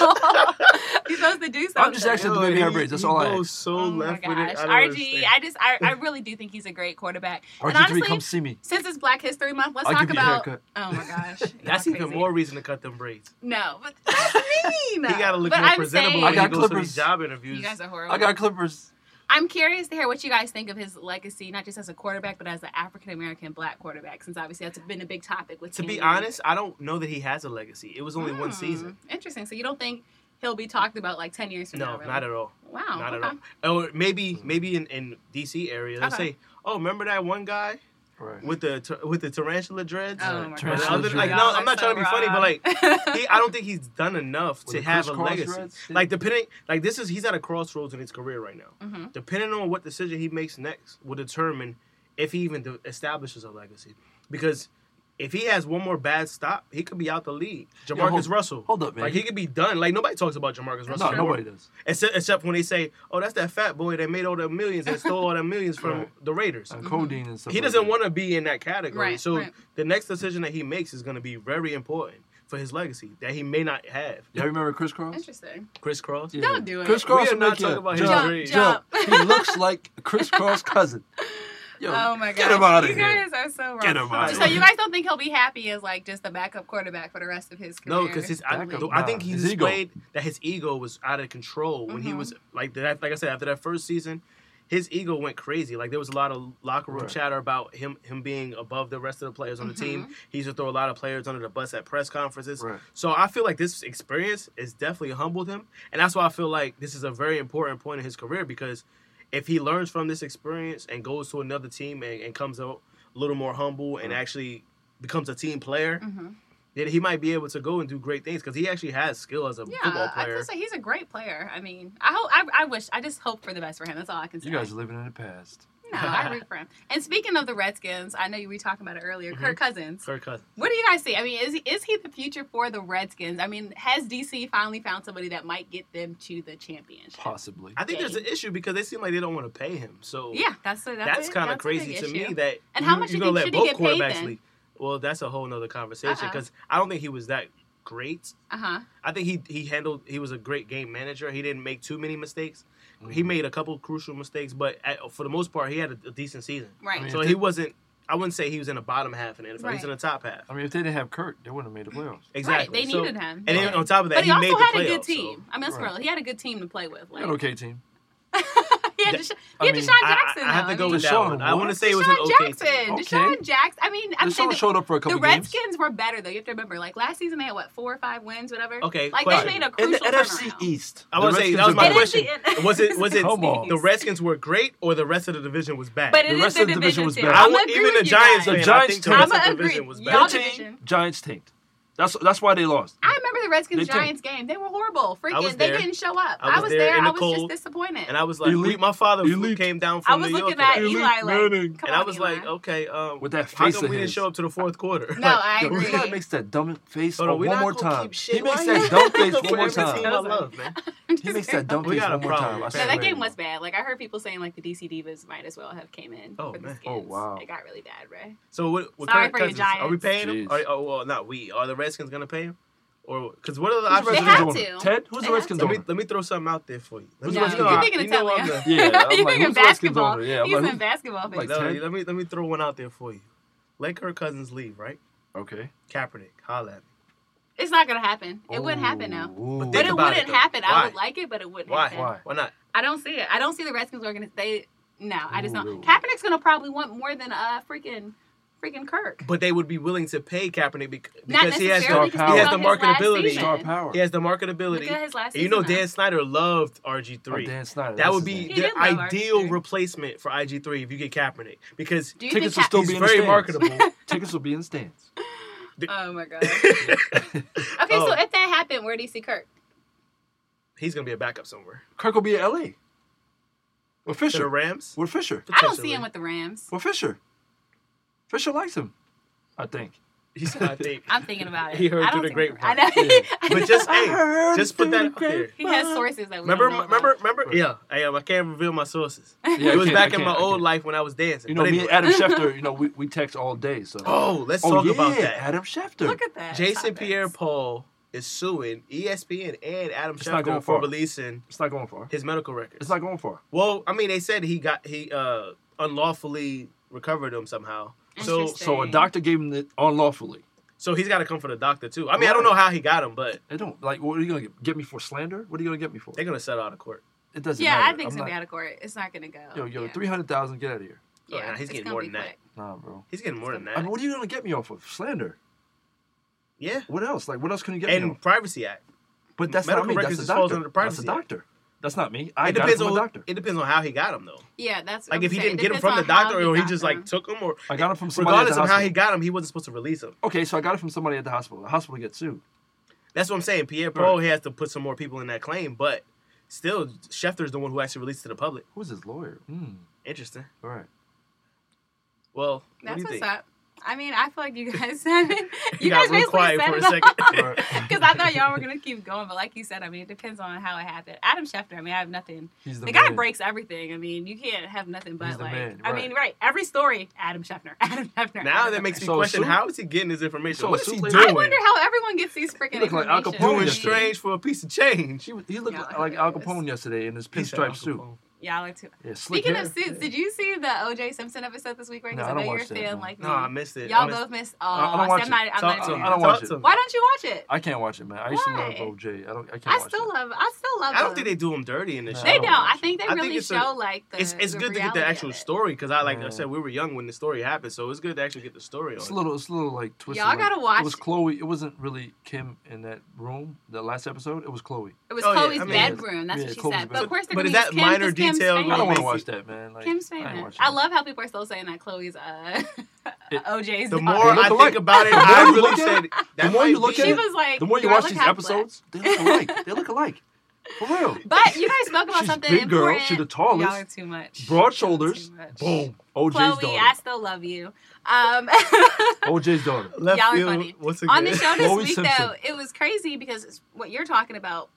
[SPEAKER 4] You're supposed to do something.
[SPEAKER 5] I'm just asking the
[SPEAKER 1] Yo,
[SPEAKER 5] baby
[SPEAKER 1] Oh, he-
[SPEAKER 5] had braids. That's
[SPEAKER 1] he
[SPEAKER 5] all I
[SPEAKER 1] goes
[SPEAKER 5] asked.
[SPEAKER 1] so
[SPEAKER 4] Oh my
[SPEAKER 1] left with it.
[SPEAKER 4] gosh,
[SPEAKER 1] I don't
[SPEAKER 4] RG,
[SPEAKER 1] understand.
[SPEAKER 4] I just, I, I really do think he's a great quarterback. and
[SPEAKER 5] RG3,
[SPEAKER 4] honestly,
[SPEAKER 5] come see me.
[SPEAKER 4] since it's Black History Month, let's
[SPEAKER 5] I'll
[SPEAKER 4] talk
[SPEAKER 5] give you a
[SPEAKER 4] about.
[SPEAKER 5] haircut.
[SPEAKER 4] Oh my gosh, y'all
[SPEAKER 1] That's even
[SPEAKER 4] crazy.
[SPEAKER 1] more reason to cut them braids.
[SPEAKER 4] No, but that's mean.
[SPEAKER 1] He gotta look
[SPEAKER 4] but
[SPEAKER 1] more
[SPEAKER 4] I'm
[SPEAKER 1] presentable
[SPEAKER 4] saying-
[SPEAKER 1] when
[SPEAKER 5] I
[SPEAKER 1] he
[SPEAKER 5] got
[SPEAKER 1] goes to
[SPEAKER 5] Clippers.
[SPEAKER 1] these job interviews.
[SPEAKER 4] you guys are horrible.
[SPEAKER 5] I got clippers.
[SPEAKER 4] I'm curious to hear what you guys think of his legacy, not just as a quarterback, but as an African American black quarterback, since obviously that's been a big topic with.
[SPEAKER 1] to be
[SPEAKER 4] Cam Newton.
[SPEAKER 1] honest, I don't know that he has a legacy. It was only one
[SPEAKER 4] Hmm,
[SPEAKER 1] season.
[SPEAKER 4] Interesting. So you don't think he'll be talked about like ten years from now?
[SPEAKER 1] No,
[SPEAKER 4] really?
[SPEAKER 1] not at all.
[SPEAKER 4] Wow.
[SPEAKER 1] Not
[SPEAKER 4] okay.
[SPEAKER 1] at all. Or
[SPEAKER 5] Hmm.
[SPEAKER 1] maybe maybe in, in DC area, they'll
[SPEAKER 4] Okay.
[SPEAKER 1] say, "Oh, remember that one guy
[SPEAKER 5] Right.
[SPEAKER 1] with the tar- with the tarantula dreads?"
[SPEAKER 4] Oh my
[SPEAKER 5] Tarantula
[SPEAKER 4] gosh.
[SPEAKER 5] Other- like,
[SPEAKER 4] Y'all
[SPEAKER 5] no,
[SPEAKER 4] are
[SPEAKER 1] I'm not
[SPEAKER 4] so
[SPEAKER 1] trying to be funny, but,
[SPEAKER 4] wrong.
[SPEAKER 1] he, I don't think he's done enough
[SPEAKER 5] With
[SPEAKER 1] to
[SPEAKER 5] the
[SPEAKER 1] have a
[SPEAKER 5] crisscross
[SPEAKER 1] legacy.
[SPEAKER 5] dreads?
[SPEAKER 1] Like depending, like this is he's at a crossroads in his career right now.
[SPEAKER 4] Mhm.
[SPEAKER 1] Depending on what decision he makes next will determine if he even de- establishes a legacy. Because if he has one more bad stop, he could be out the league.
[SPEAKER 5] Yo,
[SPEAKER 1] Jamarcus
[SPEAKER 5] hold-
[SPEAKER 1] Russell,
[SPEAKER 5] hold up, man.
[SPEAKER 1] Like he could be done. Like nobody talks about Jamarcus Russell.
[SPEAKER 5] No,
[SPEAKER 1] anymore.
[SPEAKER 5] nobody does.
[SPEAKER 1] Except, except when they say, "Oh, that's that fat boy that made all the millions and stole all the millions from
[SPEAKER 5] Right.
[SPEAKER 1] the Raiders."
[SPEAKER 4] Mm-hmm.
[SPEAKER 5] And codeine and stuff.
[SPEAKER 1] he
[SPEAKER 5] like
[SPEAKER 1] doesn't
[SPEAKER 5] that.
[SPEAKER 1] want to be in that category.
[SPEAKER 4] Right,
[SPEAKER 1] so
[SPEAKER 4] right.
[SPEAKER 1] the next decision that he makes is going to be very important for his legacy that he may not have.
[SPEAKER 5] Y'all remember crisscross?
[SPEAKER 4] Interesting.
[SPEAKER 1] Crisscross.
[SPEAKER 5] Yeah.
[SPEAKER 4] Don't do it.
[SPEAKER 5] Crisscross
[SPEAKER 1] We are
[SPEAKER 5] will
[SPEAKER 1] not
[SPEAKER 5] make you
[SPEAKER 1] talking about his
[SPEAKER 5] jump,
[SPEAKER 1] grades.
[SPEAKER 5] jump.
[SPEAKER 4] Jump.
[SPEAKER 5] he looks like a crisscross cousin. Yo,
[SPEAKER 4] Oh my god.
[SPEAKER 5] Get him out of
[SPEAKER 4] you
[SPEAKER 5] here.
[SPEAKER 4] guys are so wrong.
[SPEAKER 5] Get him outta
[SPEAKER 4] So
[SPEAKER 5] here.
[SPEAKER 4] you guys don't think he'll be happy as like just the backup quarterback for the rest of his career?
[SPEAKER 1] No, because his I,
[SPEAKER 5] Backup,
[SPEAKER 1] I think
[SPEAKER 5] nah,
[SPEAKER 1] he
[SPEAKER 5] his ego.
[SPEAKER 1] displayed that his ego was out of control when he
[SPEAKER 4] Mhm.
[SPEAKER 1] was like that. Like I said, after that first season, his ego went crazy. Like there was a lot of locker room
[SPEAKER 5] Right.
[SPEAKER 1] chatter about him him being above the rest of the players on the team. He used to throw a lot of players under the bus at press conferences.
[SPEAKER 5] Right.
[SPEAKER 1] So I feel like this experience has definitely humbled him, and that's why I feel like this is a very important point in his career because if he learns from this experience and goes to another team and, and comes out a little more humble and
[SPEAKER 5] Right.
[SPEAKER 1] actually becomes a team player
[SPEAKER 4] Mhm.
[SPEAKER 1] then he might be able to go and do great things because he actually has skill as a football
[SPEAKER 4] Yeah, I
[SPEAKER 1] player.
[SPEAKER 4] feel like he's a great player. I mean, I hope I, I wish I just hope for the best for him. That's all I can say.
[SPEAKER 5] You guys are living in the past.
[SPEAKER 4] No, I root for him. And speaking of the Redskins, I know you were talking about it earlier.
[SPEAKER 5] Mm-hmm.
[SPEAKER 4] Kirk Cousins.
[SPEAKER 1] Kirk Cousins.
[SPEAKER 4] What do you guys see? I mean, is he, is he the future for the Redskins? I mean, has DC finally found somebody that might get them to the championship?
[SPEAKER 5] Possibly.
[SPEAKER 1] I think there's an issue because they seem like they don't want to pay him. So
[SPEAKER 4] Yeah, that's a, that's,
[SPEAKER 1] that's,
[SPEAKER 4] a-
[SPEAKER 1] kind
[SPEAKER 4] that's
[SPEAKER 1] of
[SPEAKER 4] a
[SPEAKER 1] crazy
[SPEAKER 4] big
[SPEAKER 1] to
[SPEAKER 4] issue.
[SPEAKER 1] me that
[SPEAKER 4] And
[SPEAKER 1] you,
[SPEAKER 4] how much
[SPEAKER 1] you're
[SPEAKER 4] did
[SPEAKER 1] gonna
[SPEAKER 4] he-
[SPEAKER 1] let
[SPEAKER 4] should he
[SPEAKER 1] both
[SPEAKER 4] get paid
[SPEAKER 1] quarterbacks
[SPEAKER 4] then?
[SPEAKER 1] leave. Well, that's a whole nother conversation
[SPEAKER 4] Uh-uh.
[SPEAKER 1] because I don't think he was that great.
[SPEAKER 4] Uh huh.
[SPEAKER 1] I think he he handled he was a great game manager. He didn't make too many mistakes. He made a couple crucial mistakes, but at, for the most part, he had a, a decent season.
[SPEAKER 4] Right.
[SPEAKER 5] I mean,
[SPEAKER 1] So he wasn't. I wouldn't say he was in the bottom half in the NFL. He's
[SPEAKER 4] Right.
[SPEAKER 1] in the top half.
[SPEAKER 5] I mean, if they didn't have Kirk, they wouldn't have made the playoffs.
[SPEAKER 1] Exactly.
[SPEAKER 4] Right, they
[SPEAKER 1] So-
[SPEAKER 4] needed him.
[SPEAKER 1] And
[SPEAKER 4] Yeah.
[SPEAKER 1] then on top of that,
[SPEAKER 4] but he,
[SPEAKER 1] he, made
[SPEAKER 4] also
[SPEAKER 1] the
[SPEAKER 4] had
[SPEAKER 1] playoffs.
[SPEAKER 4] a good
[SPEAKER 1] so-
[SPEAKER 4] team. I mean, that's
[SPEAKER 5] Right.
[SPEAKER 4] real. He had a good team to play with.
[SPEAKER 5] They
[SPEAKER 4] Like,
[SPEAKER 5] had an okay team.
[SPEAKER 4] he had,
[SPEAKER 1] That-
[SPEAKER 4] Desha-
[SPEAKER 5] I
[SPEAKER 4] he had
[SPEAKER 5] mean,
[SPEAKER 4] Deshaun
[SPEAKER 1] I- I-
[SPEAKER 4] Jackson.
[SPEAKER 1] I, have
[SPEAKER 4] though.
[SPEAKER 1] to
[SPEAKER 4] I
[SPEAKER 1] go
[SPEAKER 4] mean,
[SPEAKER 1] with that
[SPEAKER 5] Deshaun
[SPEAKER 1] one. I want to
[SPEAKER 5] what?
[SPEAKER 1] say it was an
[SPEAKER 4] Deshaun
[SPEAKER 1] okay team.
[SPEAKER 4] Jackson.
[SPEAKER 5] Okay.
[SPEAKER 4] Deshaun Jackson. I mean, I'm saying
[SPEAKER 5] Deshaun
[SPEAKER 4] that-
[SPEAKER 5] showed up for a couple
[SPEAKER 4] the
[SPEAKER 5] games.
[SPEAKER 4] Redskins were better though. You have to remember, like last season they had what four or five wins, whatever.
[SPEAKER 1] Okay,
[SPEAKER 4] like
[SPEAKER 1] question.
[SPEAKER 4] they made a
[SPEAKER 5] In
[SPEAKER 4] crucial
[SPEAKER 5] the NFC
[SPEAKER 4] turnaround.
[SPEAKER 5] East.
[SPEAKER 1] I
[SPEAKER 5] the
[SPEAKER 1] want to say
[SPEAKER 5] Redskins
[SPEAKER 1] that was
[SPEAKER 5] are
[SPEAKER 1] my
[SPEAKER 4] It
[SPEAKER 5] bad.
[SPEAKER 4] is
[SPEAKER 1] question.
[SPEAKER 4] the-
[SPEAKER 1] Was it was it
[SPEAKER 5] Come on.
[SPEAKER 1] the Redskins were great or the rest of the division was bad?
[SPEAKER 4] But it
[SPEAKER 5] The
[SPEAKER 4] is
[SPEAKER 5] rest
[SPEAKER 4] the
[SPEAKER 5] of the division
[SPEAKER 4] division
[SPEAKER 5] was
[SPEAKER 4] too.
[SPEAKER 5] bad.
[SPEAKER 1] I
[SPEAKER 4] I'm
[SPEAKER 1] won't,
[SPEAKER 4] agree
[SPEAKER 1] even the
[SPEAKER 4] with you
[SPEAKER 1] Giants
[SPEAKER 4] guys.
[SPEAKER 1] fan. I
[SPEAKER 5] Giants
[SPEAKER 1] think the
[SPEAKER 5] too.
[SPEAKER 1] rest of
[SPEAKER 4] I'ma
[SPEAKER 1] the division
[SPEAKER 4] agree.
[SPEAKER 1] was
[SPEAKER 4] Y'all
[SPEAKER 5] Their
[SPEAKER 1] bad.
[SPEAKER 4] did-
[SPEAKER 5] team,
[SPEAKER 4] division.
[SPEAKER 5] Giants tanked. That's that's why they lost.
[SPEAKER 4] I remember the
[SPEAKER 5] They
[SPEAKER 4] Redskins
[SPEAKER 5] tanked.
[SPEAKER 4] Giants game. They were horrible.
[SPEAKER 1] I was
[SPEAKER 4] Freaking, they
[SPEAKER 1] there.
[SPEAKER 4] didn't show up.
[SPEAKER 1] I was there in
[SPEAKER 4] I
[SPEAKER 1] the
[SPEAKER 4] was
[SPEAKER 1] cold,
[SPEAKER 4] just disappointed.
[SPEAKER 1] And I was like,
[SPEAKER 5] Elite.
[SPEAKER 1] my father who
[SPEAKER 5] Elite.
[SPEAKER 1] came down
[SPEAKER 4] I
[SPEAKER 1] from
[SPEAKER 4] was
[SPEAKER 1] New York.
[SPEAKER 4] looking at
[SPEAKER 1] for that.
[SPEAKER 5] Elite
[SPEAKER 4] Eli like,
[SPEAKER 5] Manning.
[SPEAKER 4] come
[SPEAKER 1] and
[SPEAKER 4] on,
[SPEAKER 1] I was
[SPEAKER 4] Eli.
[SPEAKER 1] like, okay, um,
[SPEAKER 5] With that
[SPEAKER 1] how
[SPEAKER 5] face
[SPEAKER 1] come
[SPEAKER 5] of
[SPEAKER 1] we didn't
[SPEAKER 5] his.
[SPEAKER 1] show up to the fourth quarter?
[SPEAKER 4] No,
[SPEAKER 1] Like,
[SPEAKER 4] I
[SPEAKER 5] Yo,
[SPEAKER 4] agree.
[SPEAKER 5] Eli makes that dumb face
[SPEAKER 1] Hold on,
[SPEAKER 5] on,
[SPEAKER 1] we
[SPEAKER 5] one
[SPEAKER 1] not
[SPEAKER 5] more
[SPEAKER 1] gonna
[SPEAKER 5] time.
[SPEAKER 1] keep shit
[SPEAKER 5] He makes
[SPEAKER 1] right
[SPEAKER 5] that
[SPEAKER 1] here.
[SPEAKER 5] dumb face
[SPEAKER 1] For
[SPEAKER 5] one more
[SPEAKER 1] every team
[SPEAKER 5] time.
[SPEAKER 1] I love, man.
[SPEAKER 5] He makes that dumb
[SPEAKER 1] We
[SPEAKER 5] face
[SPEAKER 1] got a
[SPEAKER 5] one more
[SPEAKER 1] problem.
[SPEAKER 5] time. I
[SPEAKER 1] No,
[SPEAKER 4] No,
[SPEAKER 5] swear.
[SPEAKER 4] that game was bad. Like I heard people saying, like the DC Divas might as well have came in.
[SPEAKER 1] Oh,
[SPEAKER 4] for the
[SPEAKER 1] man.
[SPEAKER 4] Skins.
[SPEAKER 5] Oh, wow.
[SPEAKER 4] it got really bad, Ray.
[SPEAKER 1] So what? what
[SPEAKER 4] Sorry
[SPEAKER 1] Kirk
[SPEAKER 4] for your
[SPEAKER 1] Cousins, Are we
[SPEAKER 4] Giants.
[SPEAKER 1] paying him?
[SPEAKER 5] Jeez.
[SPEAKER 1] Are, oh well, not we. Are the Redskins gonna pay him? Or because what are the
[SPEAKER 5] Who's the
[SPEAKER 1] options?
[SPEAKER 4] They
[SPEAKER 5] Redskins
[SPEAKER 4] have
[SPEAKER 5] owner?
[SPEAKER 4] to.
[SPEAKER 5] Ted, who's
[SPEAKER 4] They
[SPEAKER 5] the
[SPEAKER 4] have
[SPEAKER 5] Redskins
[SPEAKER 4] to.
[SPEAKER 1] Let me
[SPEAKER 5] owner?
[SPEAKER 1] let me throw something out there for you. Let me
[SPEAKER 4] No,
[SPEAKER 1] throw something
[SPEAKER 4] you're
[SPEAKER 1] out-
[SPEAKER 4] thinking
[SPEAKER 1] you
[SPEAKER 4] of
[SPEAKER 1] know I'm
[SPEAKER 4] Talia.
[SPEAKER 1] the-
[SPEAKER 5] Yeah, I'm
[SPEAKER 4] you think
[SPEAKER 5] like, who's
[SPEAKER 4] of
[SPEAKER 5] the Redskins
[SPEAKER 4] basketball?
[SPEAKER 5] owner? Yeah, I'm
[SPEAKER 4] He's
[SPEAKER 5] like,
[SPEAKER 4] in
[SPEAKER 5] who-
[SPEAKER 4] basketball.
[SPEAKER 5] like,
[SPEAKER 4] fans.
[SPEAKER 1] No,
[SPEAKER 5] Ted?
[SPEAKER 1] let me let me throw one out there for you. Let Kirk Cousins leave, right?
[SPEAKER 5] Okay.
[SPEAKER 1] Kaepernick, holla at me.
[SPEAKER 4] It's not gonna happen.
[SPEAKER 5] oh,
[SPEAKER 4] It wouldn't happen now.
[SPEAKER 5] Ooh.
[SPEAKER 4] But
[SPEAKER 1] Think
[SPEAKER 4] it
[SPEAKER 1] about it,
[SPEAKER 4] wouldn't
[SPEAKER 1] though.
[SPEAKER 4] happen. I would
[SPEAKER 1] Why?
[SPEAKER 4] like it, but it wouldn't
[SPEAKER 1] Why?
[SPEAKER 4] happen.
[SPEAKER 5] Why?
[SPEAKER 1] Why not?
[SPEAKER 4] I don't see it. I don't see the Redskins are gonna. They no, I just
[SPEAKER 5] Ooh.
[SPEAKER 4] don't. Kaepernick's gonna probably want more than uh freaking freaking Kirk.
[SPEAKER 1] But they would be willing to pay Kaepernick bec-
[SPEAKER 4] Not
[SPEAKER 1] because he has
[SPEAKER 5] star
[SPEAKER 1] the
[SPEAKER 4] necessarily 'cause
[SPEAKER 5] power.
[SPEAKER 1] he
[SPEAKER 4] look
[SPEAKER 1] has the
[SPEAKER 4] at his last
[SPEAKER 1] marketability.
[SPEAKER 4] season.
[SPEAKER 5] Star power.
[SPEAKER 1] He has the marketability.
[SPEAKER 4] Look at his last
[SPEAKER 1] And you know,
[SPEAKER 4] season, though.
[SPEAKER 1] Dan Snyder loved
[SPEAKER 5] Oh,
[SPEAKER 1] RG3.
[SPEAKER 5] Dan Snyder.
[SPEAKER 1] that
[SPEAKER 5] that's
[SPEAKER 1] would
[SPEAKER 5] his
[SPEAKER 1] be
[SPEAKER 5] name.
[SPEAKER 4] He
[SPEAKER 1] the
[SPEAKER 4] did love
[SPEAKER 1] ideal
[SPEAKER 4] RG3.
[SPEAKER 1] replacement for IG3 if you get Kaepernick because
[SPEAKER 4] Do you
[SPEAKER 5] Tickets will
[SPEAKER 4] think
[SPEAKER 5] still
[SPEAKER 4] Ka-
[SPEAKER 5] be
[SPEAKER 1] He's
[SPEAKER 5] in the
[SPEAKER 1] very
[SPEAKER 5] stands.
[SPEAKER 1] marketable.
[SPEAKER 5] Tickets will be in the stands.
[SPEAKER 4] Oh my god. Okay, so
[SPEAKER 1] Oh.
[SPEAKER 4] if that happened, where do you see Kirk?
[SPEAKER 1] he's gonna be a backup somewhere.
[SPEAKER 5] Kirk will be at LA. Or
[SPEAKER 1] To the
[SPEAKER 5] Fisher.
[SPEAKER 1] Rams,
[SPEAKER 5] Or Fisher.
[SPEAKER 4] I don't see
[SPEAKER 1] Potentially.
[SPEAKER 4] him with the Rams.
[SPEAKER 5] Or Fisher. Fisher likes him. I think.
[SPEAKER 1] he said, I think.
[SPEAKER 4] I'm thinking about it.
[SPEAKER 1] He heard
[SPEAKER 4] I don't
[SPEAKER 1] through the
[SPEAKER 4] think the-
[SPEAKER 1] grapevine.
[SPEAKER 4] I know.
[SPEAKER 5] Yeah.
[SPEAKER 4] I know.
[SPEAKER 1] But just
[SPEAKER 5] I
[SPEAKER 1] hey,
[SPEAKER 5] heard
[SPEAKER 1] just put that
[SPEAKER 5] through
[SPEAKER 1] up there.
[SPEAKER 4] he has sources that we
[SPEAKER 1] Remember,
[SPEAKER 4] Don't know about.
[SPEAKER 1] remember, remember. Yeah, I am. I can't reveal my sources.
[SPEAKER 5] Yeah, I
[SPEAKER 1] it was
[SPEAKER 5] can't-
[SPEAKER 1] back
[SPEAKER 5] I
[SPEAKER 1] in my
[SPEAKER 5] can't- I
[SPEAKER 1] old
[SPEAKER 5] can't.
[SPEAKER 1] life when I was dancing.
[SPEAKER 5] You know,
[SPEAKER 1] But
[SPEAKER 5] me and
[SPEAKER 1] anyway.
[SPEAKER 5] Adam Schefter, you know, we, we text all day, so
[SPEAKER 1] Oh, let's
[SPEAKER 5] Oh,
[SPEAKER 1] talk
[SPEAKER 5] yeah,
[SPEAKER 1] about that.
[SPEAKER 5] Adam Schefter.
[SPEAKER 4] Look at that.
[SPEAKER 1] Jason
[SPEAKER 4] topics.
[SPEAKER 1] Pierre-Paul is suing E ESPN and Adam
[SPEAKER 5] It's not going
[SPEAKER 1] Schefter for
[SPEAKER 5] far.
[SPEAKER 1] releasing
[SPEAKER 5] It's not going far.
[SPEAKER 1] his medical records.
[SPEAKER 5] It's not going far.
[SPEAKER 1] well, I mean, they said he got he uh unlawfully recovered them somehow. So,
[SPEAKER 4] Interesting.
[SPEAKER 5] So a
[SPEAKER 4] Dang.
[SPEAKER 5] doctor gave him it unlawfully.
[SPEAKER 1] so he's got to come for the doctor too. I mean, I don't
[SPEAKER 5] Right.
[SPEAKER 1] know how he got him, but
[SPEAKER 5] They don't like. What are you gonna get, get me for slander? What are you gonna get me for?
[SPEAKER 1] they're gonna settle out of court.
[SPEAKER 5] It doesn't
[SPEAKER 4] Yeah,
[SPEAKER 5] matter.
[SPEAKER 4] I think it's
[SPEAKER 5] I'm
[SPEAKER 4] gonna be
[SPEAKER 5] not-
[SPEAKER 4] out of court. It's not gonna go.
[SPEAKER 5] Yo, yo,
[SPEAKER 4] yeah.
[SPEAKER 5] three hundred thousand. Get out of here.
[SPEAKER 1] Oh, nah, he's
[SPEAKER 4] it's
[SPEAKER 1] getting
[SPEAKER 4] gonna
[SPEAKER 1] more
[SPEAKER 4] be
[SPEAKER 1] than that.
[SPEAKER 4] quick.
[SPEAKER 5] Nah, bro.
[SPEAKER 1] He's getting more than
[SPEAKER 5] I
[SPEAKER 1] that.
[SPEAKER 5] mean, what are you gonna get me off of slander?
[SPEAKER 1] Yeah,
[SPEAKER 5] What else? Like, what else can you get me
[SPEAKER 1] and
[SPEAKER 5] off?
[SPEAKER 1] Privacy Act.
[SPEAKER 5] But that's
[SPEAKER 1] medical
[SPEAKER 5] not me. That's
[SPEAKER 1] records
[SPEAKER 5] the
[SPEAKER 1] just falls
[SPEAKER 5] doctor.
[SPEAKER 1] under the
[SPEAKER 5] that's the
[SPEAKER 1] Privacy Act.
[SPEAKER 5] doctor. That's not me. I
[SPEAKER 1] it
[SPEAKER 5] got it
[SPEAKER 1] depends
[SPEAKER 5] from
[SPEAKER 1] on
[SPEAKER 5] a doctor.
[SPEAKER 1] it depends on how he got him though.
[SPEAKER 4] Yeah, that's what
[SPEAKER 1] Like
[SPEAKER 4] I'm
[SPEAKER 1] if he
[SPEAKER 4] saying.
[SPEAKER 1] didn't get him
[SPEAKER 4] Depends
[SPEAKER 1] from the
[SPEAKER 4] on how
[SPEAKER 1] doctor, or he just
[SPEAKER 4] him.
[SPEAKER 1] like took him, or
[SPEAKER 5] I got it from somebody at
[SPEAKER 1] regardless
[SPEAKER 5] the
[SPEAKER 1] of how he
[SPEAKER 5] hospital.
[SPEAKER 1] got him, he wasn't supposed to release him.
[SPEAKER 5] Okay, so I got it from somebody at the hospital. The hospital gets sued.
[SPEAKER 1] That's what I'm saying. Pierre Paul has to put some more people in that claim, but still, Schefter's the one who actually released it to the public.
[SPEAKER 5] Who's his lawyer? Mm,
[SPEAKER 1] Interesting.
[SPEAKER 5] all right.
[SPEAKER 1] Well, what do
[SPEAKER 4] That's
[SPEAKER 1] you
[SPEAKER 4] what's
[SPEAKER 1] think?
[SPEAKER 4] up. I mean, I feel like you guys. I mean,
[SPEAKER 1] He
[SPEAKER 4] you
[SPEAKER 1] got
[SPEAKER 4] guys
[SPEAKER 1] real quiet for a second.
[SPEAKER 5] Right.
[SPEAKER 4] Because I thought y'all were gonna keep going, but like you said, I mean, it depends on how it happened. Adam Schefter, I mean, I have nothing.
[SPEAKER 5] He's the,
[SPEAKER 4] The, guy
[SPEAKER 5] man.
[SPEAKER 4] breaks everything. I mean, you can't have nothing but
[SPEAKER 5] He's the
[SPEAKER 4] like.
[SPEAKER 5] man,
[SPEAKER 4] I
[SPEAKER 5] right.
[SPEAKER 4] mean, right? Every story, Adam Schefter, Adam Schefter.
[SPEAKER 1] Now
[SPEAKER 4] Adam
[SPEAKER 1] that makes me
[SPEAKER 5] So
[SPEAKER 1] question:
[SPEAKER 5] Sue-
[SPEAKER 1] How is he getting his information?
[SPEAKER 5] So
[SPEAKER 1] what is he
[SPEAKER 5] Sue
[SPEAKER 1] doing?
[SPEAKER 5] Lane-
[SPEAKER 4] I wonder how everyone gets these freaking
[SPEAKER 5] He look like Al
[SPEAKER 4] information.
[SPEAKER 5] Capone
[SPEAKER 1] doing
[SPEAKER 5] yesterday.
[SPEAKER 1] strange for a piece of change.
[SPEAKER 5] He, was- he looked
[SPEAKER 4] Yeah,
[SPEAKER 5] like
[SPEAKER 4] hilarious.
[SPEAKER 5] Al Capone yesterday in his
[SPEAKER 1] Piece of Al
[SPEAKER 5] pinstripe suit.
[SPEAKER 1] Capone.
[SPEAKER 4] Y'all are too.
[SPEAKER 5] Yeah, slick
[SPEAKER 4] Speaking
[SPEAKER 5] hair.
[SPEAKER 4] of suits,
[SPEAKER 5] Yeah.
[SPEAKER 4] did you see the O.J. Simpson episode this week? Right?
[SPEAKER 5] No,
[SPEAKER 4] Because
[SPEAKER 5] I
[SPEAKER 4] I know
[SPEAKER 5] don't
[SPEAKER 4] you're a
[SPEAKER 5] watch that,
[SPEAKER 4] fan
[SPEAKER 5] no.
[SPEAKER 4] like me.
[SPEAKER 1] No, I missed it.
[SPEAKER 4] Y'all
[SPEAKER 1] Honest-
[SPEAKER 4] both missed. Oh,
[SPEAKER 5] I- I don't
[SPEAKER 4] see,
[SPEAKER 5] watch
[SPEAKER 4] I'm not.
[SPEAKER 5] it.
[SPEAKER 4] I'm
[SPEAKER 1] Talk
[SPEAKER 4] not
[SPEAKER 1] to
[SPEAKER 4] doing
[SPEAKER 1] him.
[SPEAKER 5] I don't
[SPEAKER 4] it.
[SPEAKER 5] watch
[SPEAKER 1] Talk
[SPEAKER 5] it.
[SPEAKER 1] to him.
[SPEAKER 4] Why don't you watch it?
[SPEAKER 5] I can't watch it, man. I used
[SPEAKER 4] Why?
[SPEAKER 5] to love OJ. I don't. I can't
[SPEAKER 4] I
[SPEAKER 5] watch
[SPEAKER 4] still
[SPEAKER 5] it.
[SPEAKER 4] love. I still love.
[SPEAKER 1] I don't think
[SPEAKER 4] them.
[SPEAKER 1] they do him dirty in this
[SPEAKER 5] Nah.
[SPEAKER 1] show.
[SPEAKER 5] I
[SPEAKER 4] They
[SPEAKER 5] don't
[SPEAKER 4] don't.
[SPEAKER 5] watch
[SPEAKER 4] I
[SPEAKER 5] it.
[SPEAKER 4] think they
[SPEAKER 1] I think
[SPEAKER 4] really
[SPEAKER 1] it's a-
[SPEAKER 4] show like the.
[SPEAKER 1] it's it's
[SPEAKER 4] the
[SPEAKER 1] good to get the
[SPEAKER 4] reality
[SPEAKER 1] actual
[SPEAKER 4] of it.
[SPEAKER 1] story because I like
[SPEAKER 5] Yeah.
[SPEAKER 1] I said we were young when the story happened, so it's good to actually get the story on.
[SPEAKER 5] It's a little. It's a little like twisted.
[SPEAKER 4] Y'all
[SPEAKER 5] like,
[SPEAKER 4] gotta watch
[SPEAKER 5] It was
[SPEAKER 4] it.
[SPEAKER 5] Chloe. It wasn't really Kim in that room. The last episode, it was Chloe.
[SPEAKER 4] It was
[SPEAKER 1] Oh, yeah,
[SPEAKER 4] Chloe's
[SPEAKER 1] I mean,
[SPEAKER 4] bedroom. That's
[SPEAKER 5] yeah,
[SPEAKER 4] what she
[SPEAKER 5] Chloe's
[SPEAKER 4] said. But
[SPEAKER 5] bedroom.
[SPEAKER 4] of course,
[SPEAKER 1] But
[SPEAKER 4] they're gonna
[SPEAKER 1] is
[SPEAKER 4] use
[SPEAKER 1] that
[SPEAKER 4] Kim, 'cause
[SPEAKER 1] minor
[SPEAKER 4] Kim's
[SPEAKER 1] detail
[SPEAKER 4] famous.
[SPEAKER 5] I don't want
[SPEAKER 1] wanna
[SPEAKER 5] to watch that, man. Like,
[SPEAKER 4] Kim's
[SPEAKER 5] I ain't
[SPEAKER 4] famous.
[SPEAKER 5] watching
[SPEAKER 4] I
[SPEAKER 5] that.
[SPEAKER 4] love how people are still saying that Chloe's uh,
[SPEAKER 5] It-
[SPEAKER 4] OJ's.
[SPEAKER 1] The
[SPEAKER 4] daughter.
[SPEAKER 1] more
[SPEAKER 5] look
[SPEAKER 1] I
[SPEAKER 5] alike.
[SPEAKER 1] think about it,
[SPEAKER 5] The more
[SPEAKER 1] I
[SPEAKER 5] you
[SPEAKER 1] really
[SPEAKER 5] look at
[SPEAKER 1] said
[SPEAKER 5] it,
[SPEAKER 1] that
[SPEAKER 5] the more
[SPEAKER 1] might
[SPEAKER 5] you look
[SPEAKER 1] be-
[SPEAKER 5] at
[SPEAKER 4] she
[SPEAKER 5] it,
[SPEAKER 4] was like,
[SPEAKER 5] the more you
[SPEAKER 4] "Girl,
[SPEAKER 5] watch
[SPEAKER 4] look
[SPEAKER 5] these
[SPEAKER 4] how black."
[SPEAKER 5] episodes, they look alike. they look alike. For real.
[SPEAKER 4] But you guys spoke about
[SPEAKER 5] She's
[SPEAKER 4] something
[SPEAKER 5] big girl.
[SPEAKER 4] important.
[SPEAKER 5] She's the tallest.
[SPEAKER 4] Y'all are too much.
[SPEAKER 5] Broad shoulders.
[SPEAKER 4] Too much.
[SPEAKER 5] Boom. OJ's
[SPEAKER 4] Chloe,
[SPEAKER 5] daughter.
[SPEAKER 4] I still love you. Um,
[SPEAKER 5] OJ's daughter.
[SPEAKER 1] Left
[SPEAKER 4] Y'all are
[SPEAKER 1] field
[SPEAKER 4] funny.
[SPEAKER 1] once
[SPEAKER 4] on the
[SPEAKER 1] again.
[SPEAKER 4] show this
[SPEAKER 5] Chloe
[SPEAKER 4] week,
[SPEAKER 5] Simpson.
[SPEAKER 4] though, it was crazy because it's what you're talking about.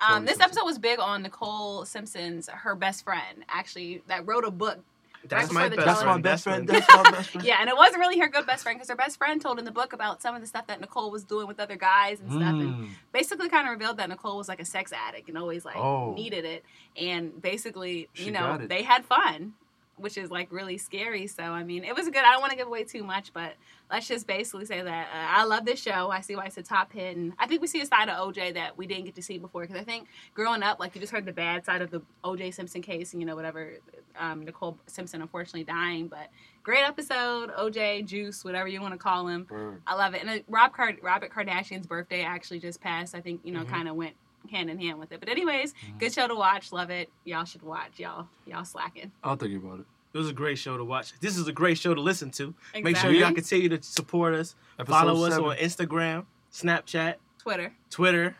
[SPEAKER 4] Um,
[SPEAKER 5] Chloe
[SPEAKER 4] this
[SPEAKER 5] Simpson.
[SPEAKER 4] episode was big on Nicole Simpson's, her best friend, actually, that wrote a book
[SPEAKER 1] That's
[SPEAKER 4] Right
[SPEAKER 1] my
[SPEAKER 4] before the
[SPEAKER 1] best
[SPEAKER 5] That's
[SPEAKER 4] dollar.
[SPEAKER 5] my
[SPEAKER 1] friend.
[SPEAKER 5] best friend.
[SPEAKER 1] That's
[SPEAKER 5] That's my best friend.
[SPEAKER 4] Yeah, and it wasn't really her good best friend because her best friend told in the book about some of the stuff that Nicole was doing with other guys and stuff, and
[SPEAKER 5] Mm.
[SPEAKER 4] basically kind of revealed that Nicole was like a sex addict and always like
[SPEAKER 5] Oh.
[SPEAKER 4] needed it, and basically,
[SPEAKER 5] She
[SPEAKER 4] you know,
[SPEAKER 5] got it.
[SPEAKER 4] they had fun, which is like really scary. So I mean, it was good. I don't want to give away too much, but let's just basically say that uh, I love this show. I see why it's a top hit, and I think we see a side of OJ that we didn't get to see before because I think growing up, like you just heard the bad side of the OJ Simpson case, and you know whatever um, Nicole Simpson unfortunately dying, but great episode. OJ Juice, whatever you want to call him,
[SPEAKER 5] Word.
[SPEAKER 4] I love it. And uh, Rob Car- Robert Kardashian's birthday actually just passed. I think you know
[SPEAKER 5] Mhm.
[SPEAKER 4] kind of went hand in hand with it. But anyways,
[SPEAKER 5] Mhm.
[SPEAKER 4] good show to watch. Love it. Y'all should watch. Y'all y'all slacking.
[SPEAKER 5] I'll think about it.
[SPEAKER 1] It was a great show to watch. This is a great show to listen to. Make sure
[SPEAKER 5] Exactly.
[SPEAKER 1] y'all continue to support us.
[SPEAKER 5] Episode
[SPEAKER 1] Follow us
[SPEAKER 5] seven.
[SPEAKER 1] on Instagram, Snapchat,
[SPEAKER 4] Twitter,
[SPEAKER 1] Twitter,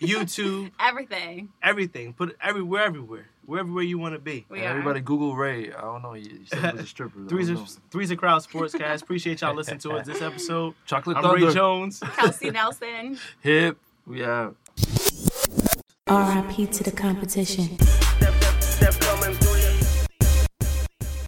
[SPEAKER 1] YouTube,
[SPEAKER 4] everything.
[SPEAKER 1] everything. Put it everywhere, everywhere, wherever you want to be.
[SPEAKER 4] We
[SPEAKER 5] And
[SPEAKER 4] are.
[SPEAKER 5] everybody Google Ray. I don't know. He, he said he was a stripper. I don't
[SPEAKER 1] Threes are,
[SPEAKER 5] know.
[SPEAKER 1] threes are crowd sports, guys. Appreciate y'all listening to us this episode.
[SPEAKER 5] Chocolate
[SPEAKER 1] I'm
[SPEAKER 5] Thunder.
[SPEAKER 1] Ray Jones.
[SPEAKER 4] Kelsey Nelson.
[SPEAKER 5] Hip. We out.
[SPEAKER 2] RIP to the competition.
[SPEAKER 3] Step, step, step coming through.